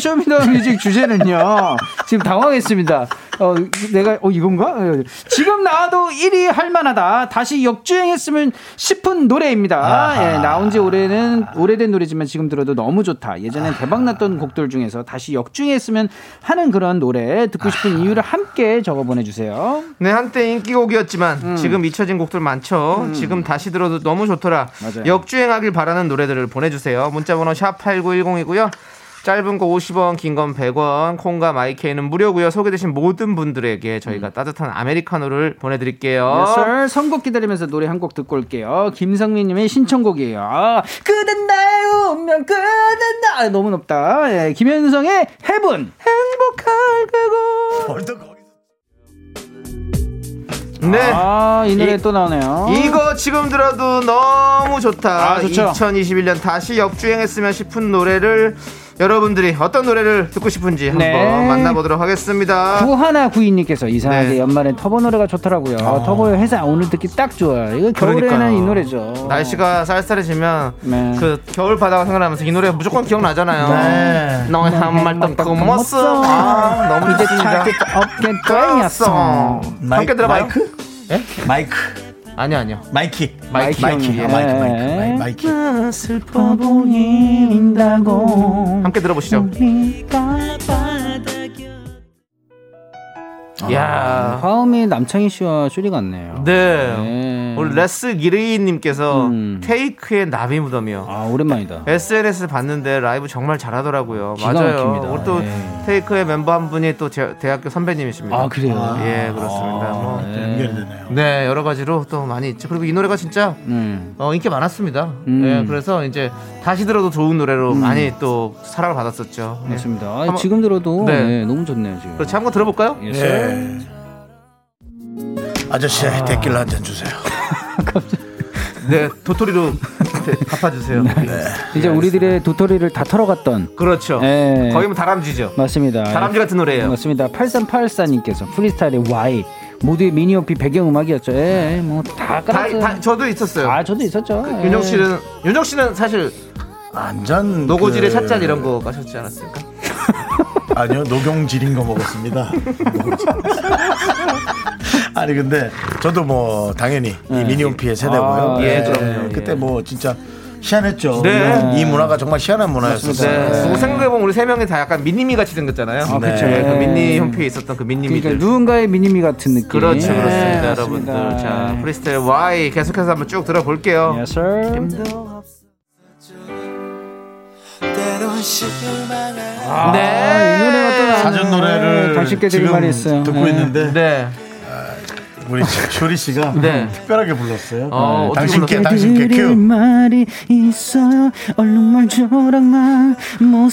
E: 쇼미더뮤직 주제는요. 지금 당황했습니다. 어, 내가 어 이건가? 어, 지금 나와도 1위 할 만하다. 다시 역주행했으면 싶은 노래입니다. 예, 나온 지 올해는 오래된 노래지만 지금 들어도 너무 좋다. 예전엔 대박 났던 곡들 중에서 다시 역주행했으면 하는 그런 노래 듣고 싶은 이유를 함께 적어 보내 주세요.
B: 네, 한때 인기곡이었지만
E: 음.
B: 지금 잊혀진 곡들 많죠. 지금 다시 들어도 너무 좋더라.
E: 맞아요.
B: 역주행하길 바라는 노래들을 보내주세요. 문자번호 샵 8910이고요. 짧은 거 50원, 긴 건 100원, 콩과 마이케이는 무료고요. 소개되신 모든 분들에게
E: 음.
B: 저희가 따뜻한 아메리카노를 보내드릴게요.
E: 예설 선곡 기다리면서 노래 한 곡 듣고 올게요. 김성민님의 신청곡이에요. 아, 그댄 나의 운명, 그댄 나. 아, 너무 높다. 예, 김현성의 해분. 행복할 그곳.
A: 벌써 거기서
B: 네.
E: 아, 이 노래
B: 이-
E: 또 나오네요.
B: 이거 지금 들어도 너무 좋다.
E: 아, 좋죠.
B: 2021년 다시 역주행했으면 싶은 노래를 여러분들이 어떤 노래를 듣고 싶은지
E: 네.
B: 한번 만나보도록 하겠습니다.
E: 구하나 구이님께서 이상하게
B: 네. 어.
E: 연말엔 터보 노래가 좋더라고요. 터보 회사 오늘 듣기 딱 좋아요. 이거 겨울에는
B: 그러니까요.
E: 이 노래죠.
B: 날씨가 쌀쌀해지면
E: 네.
B: 그 겨울 바다가 생각나면서 이 노래 무조건
A: 네.
B: 기억나잖아요. 너의 한말도 고맙소. 아, 너무
E: 이제
B: 좋습니다.
E: 찾을 수 없게 되었어.
B: 함께 들어봐요.
A: 마이크? 예? 마이크.
B: 아니요, 아니요.
A: 마이키.
B: 마이키
A: 마이키.
B: 형님.
A: 아, 마이키.
E: 예.
A: 마이키. 마이- 마이키.
E: 슬퍼 보인다고.
B: 함께 들어보시죠. 야.
A: 아.
E: 화음이 남창희 씨와 쇼리 같네요.
B: 네.
E: 네.
B: 오늘 레스 기레이님께서
E: 음.
B: 테이크의 나비 무덤이요.
E: 아 오랜만이다.
B: 네. SNS 봤는데 라이브 정말 잘하더라고요.
E: 기가
B: 맞아요.
E: 막힙니다.
B: 오늘 또
E: 예.
B: 테이크의 멤버 한 분이 또 제- 대학교 선배님이십니다.
E: 아 그래요. 아,
B: 예, 그렇습니다. 뭐.
A: 또 연결되네요.
B: 네, 여러 가지로 또 많이 있죠. 그리고 이 노래가 진짜
E: 음.
B: 어, 인기 많았습니다.
E: 음.
B: 예, 그래서 이제 다시 들어도 좋은 노래로 많이 또 사랑을 받았었죠. 예.
E: 맞습니다. 아,
B: 한번-
E: 지금 들어도
B: 네. 그렇죠.
E: 네, 너무 좋네요 지금.
B: 그렇지, 한번 들어볼까요?
E: 예.
A: 예. 아저씨 데킬라 한 잔 주세요.
E: 예.
B: 네, 도토리로 네, 갚아주세요. 예.
E: 이제 우리들의 도토리를 다 털어갔던
B: 그렇죠.
E: 예. 네.
B: 거의 뭐 다람쥐죠.
E: 맞습니다.
B: 다람쥐 같은 노래예요.
E: 맞습니다. 8384님께서 프리스타일의 Y 모두의 미니오피 배경음악이었죠. 예, 뭐다
B: 네. 다,
E: 깔았어요.
B: 다- 저도 있었어요.
E: 아, 저도 있었죠. 예.
B: 윤정 씨는 윤정 씨는 사실
A: 안전
B: 노고질의
A: 그-
B: 찻잔 이런 거 마셨지 않았습니까?
A: 아니요 노경질인 거 먹었습니다. 노경질. 아니 근데 저도 뭐 당연히 이 미니홈피의 세대고요.
E: 아,
B: 예, 그럼요.
A: 그때 뭐 진짜 희한했죠.
B: 네.
A: 이 문화가 정말 희한한 문화였었어요.
B: 네. 그거 생각해보면 우리 세 명이 다 약간 민님이 같이 생겼잖아요.
A: 네. 그쵸.
B: 예, 그
E: 네.
B: 민니 형피에 있었던 그
E: 그러니까
B: 민님이들.
E: 누군가의 미니미 같은 느낌.
B: 그렇죠, 그렇습니다,
E: 예,
B: 여러분들.
E: 맞습니다.
B: 자, 프리스타일 Y 계속해서 한번 쭉 들어볼게요.
E: Yes, sir. 이
B: 네.
E: 노래가 또
A: 사전 노래를
E: 당신께 드릴
A: 지금
E: 말이 있어요.
A: 듣고
E: 예.
A: 있는데
B: 네.
A: 우리 쇼리 씨가
B: 네.
A: 특별하게 불렀어요.
B: 어,
A: 네.
B: 어떻게
A: 당신께
B: 불렀어요?
A: 당신께
E: 드릴
A: 큐.
E: 말이 있어요. 얼른 말 저랑 말못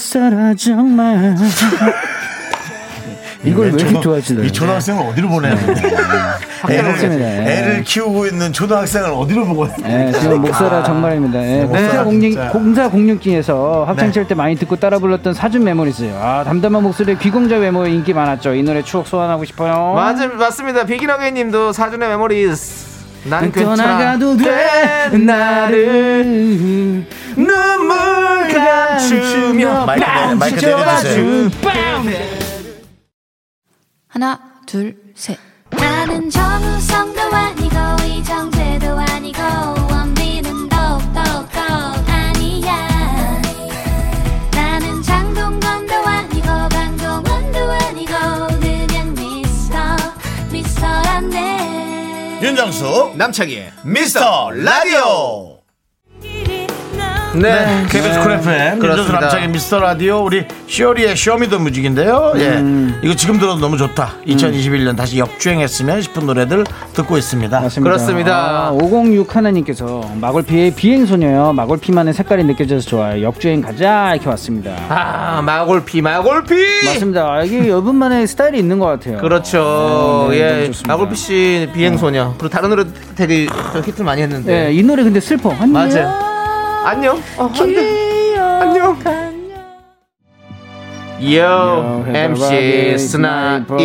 E: 살아 정말. 이걸 왜 이렇게
A: 초등-
E: 좋아하시나요?
A: 네, 이 초등학생을 어디로 보내요? 애를,
E: 네. 그렇습니다. 예.
A: 애를 키우고 있는 초등학생을 어디로 보고 있는
E: 예, 지금 목사라 정말입니다. 예,
A: 목사라
E: 공사 공룡
A: 진짜.
E: 공사 공룡기에서 합창
B: 네.
E: 칠때 많이 듣고 따라 불렀던 사준 메모리즈요. 아 담담한 목소리에 귀공자 외모에 인기 많았죠. 이 노래 추억 소환하고 싶어요.
B: 맞아, 맞습니다. 비긴어게님도 사전의 메모리즈. 난 괜찮아.
E: 그렇죠.
B: 네.
E: 떠나가도 돼 나를
B: 눈물 감추며.
A: 마이크 내- 마이크 내려주세요.
F: 하나, 둘, 셋.
C: 나는 정우성도 아니고 이정재도 아니고 원빈은 더욱더 아니야 나는 장동건도 아니고 강동원도 아니고 그냥 미스터 미스터란데
A: 윤정수
B: 남창희의
A: 미스터 라디오.
B: 네.
A: KBS 쿨 FM 윤정수
B: 그렇습니다.
A: 남창의 미스터 라디오 우리 쇼리의 쇼미더 뮤직인데요.
B: 음.
A: 예, 이거 지금 들어도 너무 좋다. 2021년 다시 역주행했으면 싶은 노래들 듣고 있습니다.
E: 맞습니다.
B: 그렇습니다.
E: 아, 506 하나님께서 마골피의 비행소녀요. 마골피만의 색깔이 느껴져서 좋아요. 역주행 가자 이렇게 왔습니다.
B: 아, 마골피, 마골피!
E: 맞습니다. 아, 이게 여분만의 스타일이 있는 것 같아요.
B: 그렇죠.
E: 네, 네,
B: 예.
E: 좋습니다.
B: 마골피 씨 비행소녀. 그리고 다른 노래 되게 히트 많이 했는데.
E: 예, 이 노래 근데 슬퍼. 예. 안녕.
B: 맞아요. 안녕. 어, 안녕. 안녕.
E: Yo,
B: Yo,
E: have a
B: MC
E: lovely
B: 스나이퍼.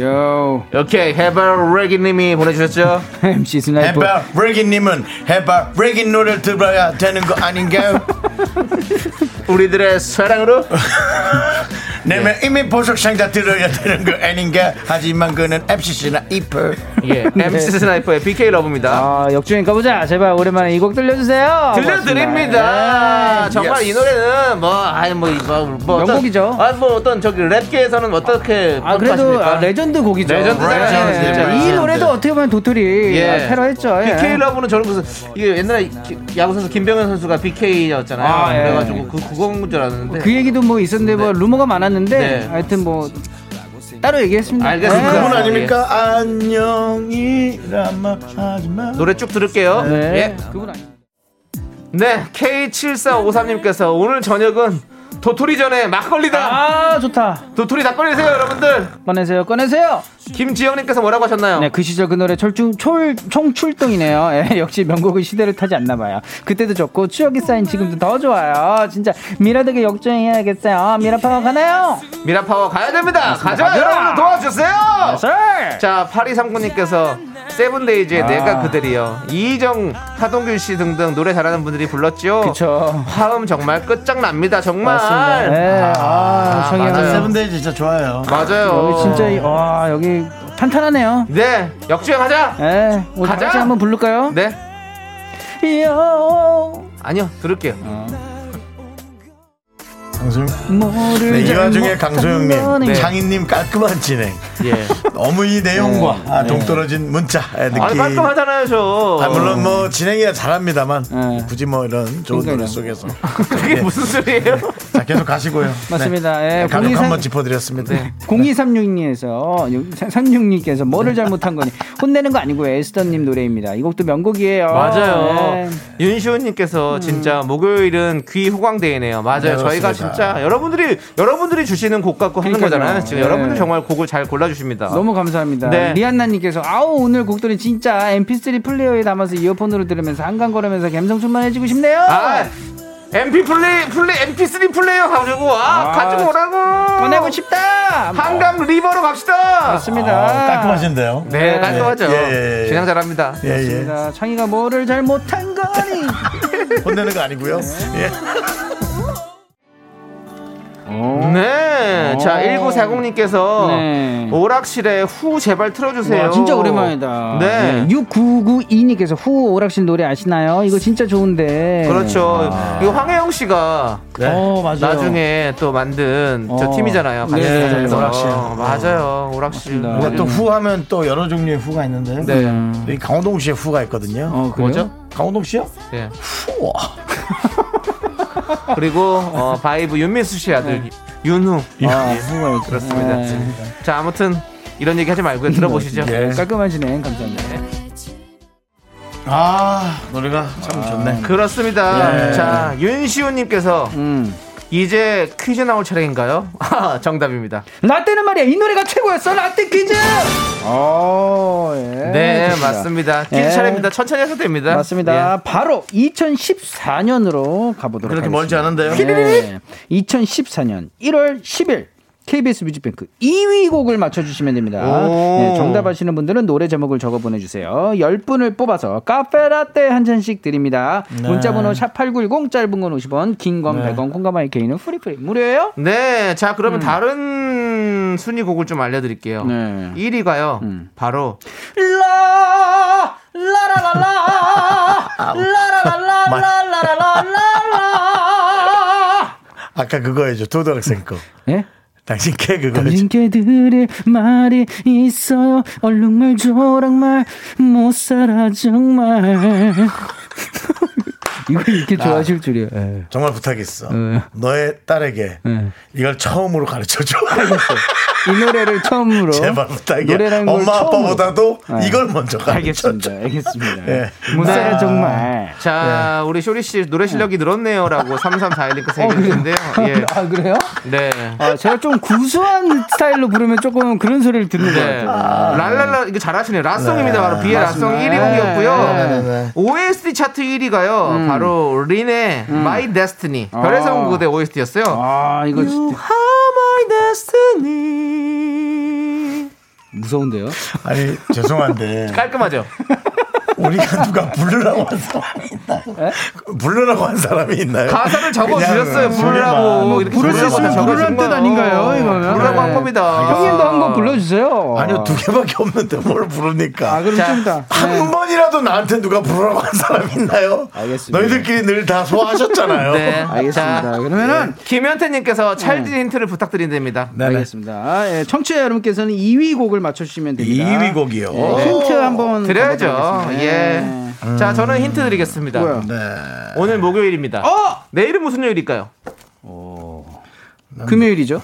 E: 요
B: 오케이, 해바레기님이 보내주셨죠?
E: MC 스나이퍼.
A: 해바 브레긴님은 해바 브레긴 노래를 들어야 되는 거 아닌가요?
B: 우리들의 사랑으로.
A: 내면
B: 예.
A: 이미 보석상자 들어야 되는 거 아닌가? 하지만 그는 FCC나 이플.
B: 예, MC 스나이퍼의 BK 러브입니다.
E: 네. 아, 역주행 가보자. 제발 오랜만에 이 곡 들려주세요.
B: 들려드립니다. 정말 이 노래는 뭐 아니 뭐, 뭐, 뭐 어떤-
E: 명곡이죠.
B: 아, 뭐 어떤 저기 랩계에서는 어떻게
E: 아 그래도
B: 평가하십니까?
E: 아, 레전드 곡이죠.
B: 레전드잖아요,
E: 예,
B: 진짜.
E: 이
B: 레전드.
E: 노래도 어떻게 보면 도토리
B: 예.
E: 아, 테러했죠. 예.
B: BK 러브는 저는 무슨 이게 옛날에 기- 야구 선수 김병현 선수가 BK였잖아요.
E: 아, 예.
B: 그래가지고 그 그거인 줄 알았는데.
E: 그 얘기도 뭐 있었는데 뭐 루머가 많았는데
B: 네.
E: 하여튼 뭐 따로 얘기했습니다.
B: 알겠습니다.
E: 예.
A: 그분
B: 아,
A: 아닙니까? 안녕이라마 하지마.
B: 노래 쭉 들을게요.
E: 네.
B: 예.
E: 그분 아니.
B: 네. K7453님께서 오늘 저녁은 도토리 전에 막걸리다.
E: 아 좋다.
B: 도토리 다 꺼내세요, 여러분들.
E: 꺼내세요. 꺼내세요.
B: 김지영님께서 뭐라고 하셨나요?
E: 네, 그 시절 그 노래 철중 촐 총출동이네요. 예, 역시 명곡은 시대를 타지 않나 봐요. 그때도 좋고 추억이 쌓인 지금도 더 좋아요. 진짜 미라드게 역주행해야겠어요. 미라파워 가나요?
B: 미라파워 가야 됩니다. 가자,
E: 가자.
B: 여러분 도와주세요.
E: 네, 썰.
B: 자, 8239님께서
E: 아.
B: 세븐데이즈의 내가 그들이요. 이희정, 하동균 씨 등등 노래 잘하는 분들이 불렀죠.
E: 그쵸.
B: 화음 정말 끝장납니다. 정말.
E: 맞습니다. 예. 아, 청이
B: 맞아요.
E: 형님.
A: 세븐데이 진짜 좋아요.
B: 맞아요.
E: 여기 진짜 이- 와 여기 탄탄하네요.
B: 네, 역주행하자.
E: 예, 우리 다
B: 가자!
E: 같이 한번 부를까요?
B: 네,
E: 요
B: 아니요, 들을게요.
E: 어.
A: 강소영.
E: 모를
A: 네, 이 네,
E: 잘못
A: 와중에
E: 한
A: 음, 강소영님, 네.
E: 거는
A: 장인님 깔끔한 진행.
B: 예.
A: 너무 이 내용과
E: 네.
A: 아, 동떨어진 문자 예, 느낌.
B: 아니 깔끔하잖아요 저.
A: 아, 물론 뭐 진행이야 잘합니다만
E: 음. 네.
A: 굳이 뭐 이런 좋은
E: 그러니까요.
A: 노래 속에서
B: 그게 무슨 그렇죠. 소리예요?
A: 자 계속 가시고요.
E: 맞습니다. 네. 예,
A: 네. 가볍게
E: 공이상-
A: 한번 짚어드렸습니다. 네.
E: 0236님에서 36님께서 뭐를 잘못한 거니 혼내는 거 아니고요 에스더님 노래입니다. 이 곡도 명곡이에요.
B: 맞아요.
E: 네.
B: 윤시호님께서 진짜 목요일은 귀 호강대회네요. 맞아요.
A: 네,
B: 저희가
A: 그렇습니다.
B: 진짜 여러분들이 여러분들이 주시는 곡 갖고 하는
E: 그러니까요.
B: 거잖아요. 지금
E: 예.
B: 여러분들 정말 곡을 잘 골라주십니다.
E: 너무 감사합니다.
B: 네.
E: 리안나님께서 아우 오늘 곡들은 진짜 MP3 플레이어에 담아서 이어폰으로 들으면서 한강 걸으면서 감성 충만해지고 싶네요.
B: 아, MP 플레이 플레이 MP3 플레이어 가지고 와
E: 아,
B: 가지고 오라고
E: 꺼내고 싶다.
B: 한강 리버로 갑시다.
E: 맞습니다.
A: 어, 깔끔하신데요.
B: 네, 깔끔하죠.
A: 예, 예, 예.
B: 진행 잘합니다.
A: 예, 예.
E: 네, 맞습니다. 창희가 뭐를 잘못한 거니?
A: 혼내는 거 아니고요. 예.
B: 네, 자
E: 오.
A: 어.
B: 1940님께서
E: 네.
B: 오락실에 후 제발 틀어주세요.
E: 와, 진짜 오랜만이다.
B: 네.
E: 6992님께서 후 오락실 노래 아시나요? 이거 진짜 좋은데.
B: 그렇죠.
E: 아.
B: 이거 황혜영 씨가
A: 네.
E: 어, 맞아요.
B: 나중에 또 만든 저
E: 어.
B: 팀이잖아요.
E: 네,
B: 가요사전에서.
A: 네, 오락실.
B: 맞아요. 오락실.
E: 맞습니다.
A: 뭔가 또 후하면 또 여러 종류의 후가 있는데요.
B: 네.
A: 여기 강호동 씨의 후가 있거든요.
E: 음. 어, 그래요?
B: 뭐죠?
A: 강호동 씨요?
B: 네.
A: 후.
B: 그리고 어, 바이브 윤민수 씨
E: 네.
B: 아들 윤후.
E: 아, 후가 있죠.
B: 그렇습니다.
E: 네.
B: 자 아무튼 이런 얘기 하지 말고 요 들어보시죠.
A: 예.
E: 깔끔한 진행 감사합니다.
A: 아 노래가 참 좋네.
B: 그렇습니다.
A: 예.
B: 자 윤시우님께서
E: 음.
B: 이제 퀴즈 나올 차례인가요? 아, 정답입니다.
E: 라떼는 말이야 이 노래가 최고였어 라떼 퀴즈. 어, 예.
B: 네,
E: 좋습니다.
B: 맞습니다. 퀴즈
E: 예.
B: 차례입니다. 천천히 해도 됩니다. 예.
E: 맞습니다. 바로 2014년으로 가보도록
A: 그렇게
E: 하겠습니다.
A: 멀지 않은데요.
E: 네. 2014년 1월 10일 KBS 뮤직뱅크 2위 곡을 맞춰주시면 됩니다.
B: 오.
E: 네, 정답 아시는 분들은 노래 제목을 적어 보내주세요. 10분을 뽑아서 카페라떼 한 잔씩 드립니다. 문자번호 샵8910 짧은 건 50원 긴 건 100원 콩가마이 케이는 프리프리 무료예요?
B: 네, 자 그러면 다른 순위 곡을 좀 알려드릴게요.
E: 음. 네.
B: 1위가요.
E: 음.
B: 바로
E: 라 라라라라 라라라라라라라라
A: 아까 그거 해줘 도도학생 거.
E: 예?
A: 당신 걔 그거 해줘.
E: 당신께 드릴 말이 있어요 얼룩말 조랑말 못 살아 정말 이거 이렇게 좋아하실 줄이야 예.
A: 정말 부탁이 있어.
E: 네.
A: 너의 딸에게
E: 네.
A: 이걸 처음으로 가르쳐줘.
E: 이 노래를 처음으로
A: 제발 부탁이야.
E: 노래라는 걸
A: 엄마
E: 처음으로.
A: 아빠보다도
E: 네.
A: 이걸 먼저
E: 알겠습니다
A: 가르쳐줘.
E: 알겠습니다
A: 예.
E: 못 살아
B: 네.
E: 정말
B: 자 우리 쇼리 씨 노래 실력이 늘었네요라고 3341님께서
E: 네. 어,
B: 얘기했는데요. 예.
E: 아 그래요?
B: 네.
E: 아, 제가 좀 구수한 스타일로 부르면 조금 그런 소리를 듣는 것
B: 네.
E: 같아요.
B: 랄랄라 이거 잘하시네요. 라송입니다. 바로 비의 라송 1위
E: 네, 음.
B: 곡이었고요. OST 차트 1위가요. 바로 린의 My Destiny. 별의 성 무대 OST였어요.
E: 아, 이거
B: You
E: 진짜
B: are my destiny.
E: 무서운데요?
A: 아니 죄송한데
B: 깔끔하죠?
A: 우리가 누가 부르라고 한 사람이 있나요? 부르라고 한 사람이 있나요?
B: 가사를 적어주셨어요.
A: 그냥 뭐
B: 부르라고.
A: 소리만.
B: 이렇게
E: 부를 수 있으면
B: 적어준
E: 부르란
B: 거예요.
E: 뜻 아닌가요, 이거는?
B: 부르라고
E: 네.
B: 한 겁니다.
E: 형님도 한번 불러주세요.
A: 아니요 두 개밖에 없는데 뭘 부릅니까?
E: 아, 그럼
B: 자,
E: 좀 이따.
A: 한
E: 네.
A: 번이라도 나한테 누가 부르라고 한 사람 있나요? 알겠습니다. 너희들끼리 늘 다 소화하셨잖아요.
B: 네.
E: 알겠습니다.
B: 자,
E: 그러면은 네.
B: 김현태님께서 찰진 힌트를 부탁드린답니다.
A: 네.
E: 알겠습니다. 아, 예, 청취자 여러분께서는 2위 곡을 맞춰주시면 됩니다.
A: 2위 곡이요.
E: 예, 힌트 한번
B: 드려야죠.
E: 가보도록 하겠습니다.
B: 음,
E: 네.
B: 예. 자, 저는 힌트 드리겠습니다.
E: 뭐야?
A: 네.
B: 오늘 목요일입니다.
E: 어!
B: 내일은 무슨 요일일까요?
E: 금요일이죠.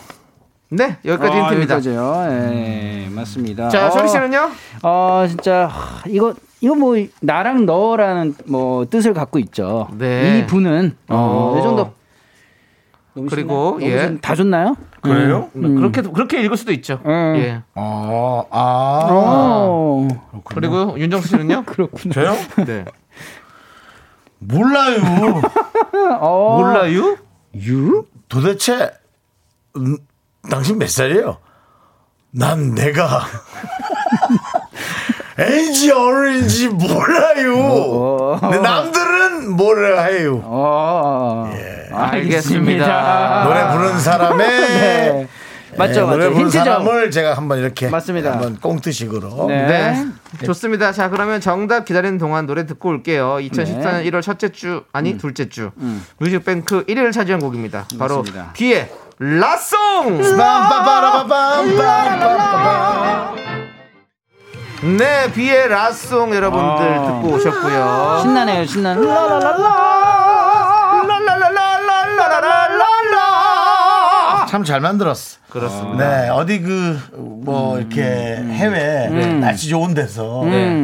B: 네, 여기까지
E: 아,
B: 음. 힌트입니다. 음.
E: 여기까지요. 예, 맞습니다.
B: 자,
E: 어.
B: 쇼리 씨는요?
E: 어 진짜 하, 이거 이거 뭐 나랑 너라는 뭐 뜻을 갖고 있죠.
B: 네.
E: 이 분은 어,
B: 어.
E: 이 정도. 너무
B: 그리고,
E: 쉽나요? 너무
B: 예.
E: 쉽- 다 줬나요?
A: 그래요?
B: 음. 그렇게 그렇게 읽을 수도 있죠.
E: 음.
B: 예.
A: 아, 아.
E: 어.
B: 그리고 윤정수 씨는요?
E: 그렇군요.
A: 저요?
B: 네.
A: 몰라요.
E: 어.
B: 몰라요?
A: 유? 도대체 음, 당신 몇 살이에요? 난 내가 에이지 어린지 몰라요. 근데 남들은 몰라 해요.
E: 어.
B: 알겠습니다.
A: 예. 노래 부르는 사람의
E: 아. 네. 맞죠,
A: 예, 노래
E: 맞죠.
A: 부르는
E: 힌트죠.
A: 사람을 제가 한번 이렇게
E: 맞습니다.
A: 한번 꽁트식으로
E: 네.
B: 네. 좋습니다. 자, 그러면 정답 기다리는 동안 노래 듣고 올게요. 2014년 1월 첫째 주, 아니, 둘째 주. 뮤직뱅크 1위를 차지한 곡입니다. 바로
E: 맞습니다.
B: 비의 라송!
A: 빰빰빠라빠빰빰빰빰.
B: 네, 비의 라송 여러분들
E: 아.
B: 듣고 오셨고요.
E: 신나네요, 신나는. 라라라라.
B: 라라라라라라라라.
A: 참 잘 만들었어.
B: 그렇습니다.
A: 네, 어디 그, 뭐,
B: 음,
A: 이렇게 해외 날씨 좋은 데서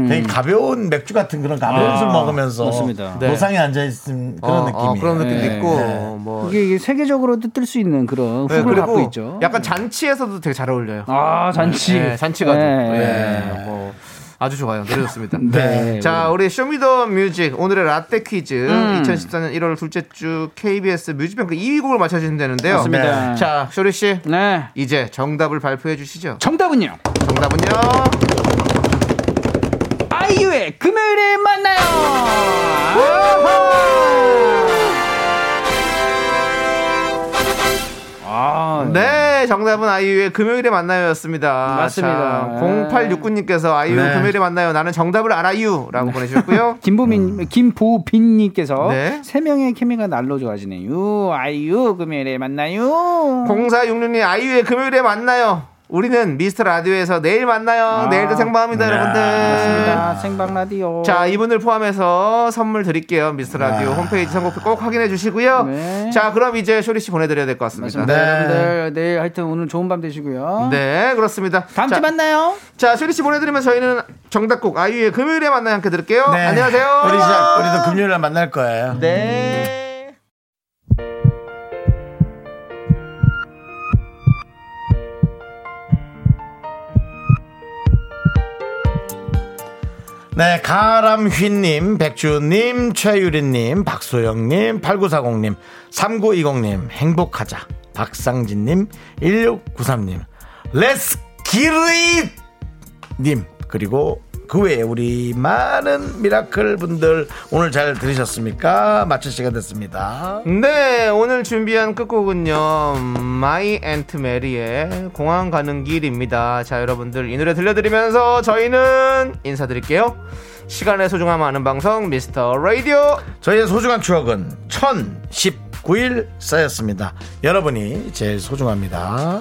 A: 되게 가벼운 맥주 같은 그런 가벼운 술 먹으면서
E: 맞습니다.
B: 아, 네.
A: 노상에 앉아있는 그런
B: 어,
A: 느낌이에요.
B: 어, 그런 느낌도
E: 네.
B: 있고
A: 네.
B: 뭐
E: 이게, 이게 세계적으로도 뜰 수 있는 그런
B: 네,
E: 훅을 갖고 있죠.
B: 약간 잔치에서도 되게 잘 어울려요.
E: 아, 잔치.
B: 네, 잔치가
E: 네.
B: 뭐 아주 좋아요. 노래 좋습니다.
E: 네.
B: 자, 우리 쇼미더 뮤직 오늘의 라떼 퀴즈
E: 음.
B: 2014년 1월 둘째 주 KBS 뮤직뱅크 2위 곡을 맞춰 주시면 되는데요.
E: 맞습니다.
B: 네. 자, 쇼리 씨.
E: 네.
B: 이제 정답을 발표해 주시죠.
E: 정답은요.
B: 정답은요.
E: 아이유의 금요일에 만나요. 아,
B: 네, 정답은 아이유의 금요일에 만나요였습니다.
E: 맞습니다.
B: 0869님께서 아이유 금요일에 만나요. 나는 정답을 알아요라고 보내주셨고요.
E: 김보민 김보빈님께서
B: 음. 네.
E: 세 명의 케미가 날로 좋아지네요. 아이유 금요일에 만나요.
B: 0466님 아이유의 금요일에 만나요. 우리는 미스터 라디오에서 내일 만나요. 내일도 생방입니다,
E: 아,
B: 여러분들.
E: 생방 라디오.
B: 자, 이분을 포함해서 선물 드릴게요. 미스터 라디오 홈페이지 선곡표 꼭 확인해 주시고요.
E: 네.
B: 자, 그럼 이제 쇼리 씨 보내드려야 될 것 같습니다.
E: 맞습니다.
A: 네.
E: 여러분들 내일 하여튼 오늘 좋은 밤 되시고요.
B: 네, 그렇습니다.
E: 다음
B: 자,
E: 주에 만나요.
B: 자, 쇼리 씨 보내드리면 저희는 정답곡 아이유의 금요일에 만나요 함께 들을게요.
A: 네.
B: 안녕하세요.
A: 우리 시작, 우리도 금요일날 만날 거예요.
B: 네.
A: 네, 가람휘님, 백주님, 최유리님, 박소영님, 8940님, 3920님, 행복하자, 박상진님, 1693님, 레츠 기릿님, 그리고 그 외에 우리 많은 미라클 분들 오늘 잘 들으셨습니까? 마칠 시간 됐습니다.
B: 네, 오늘 준비한 끝곡은요. 마이 앤트 메리의 공항 가는 길입니다. 자, 여러분들 이 노래 들려드리면서 저희는 인사드릴게요. 시간의 소중함 아는 방송 미스터 라디오.
A: 저희의 소중한 추억은 1019일 쌓였습니다. 여러분이 제일 소중합니다.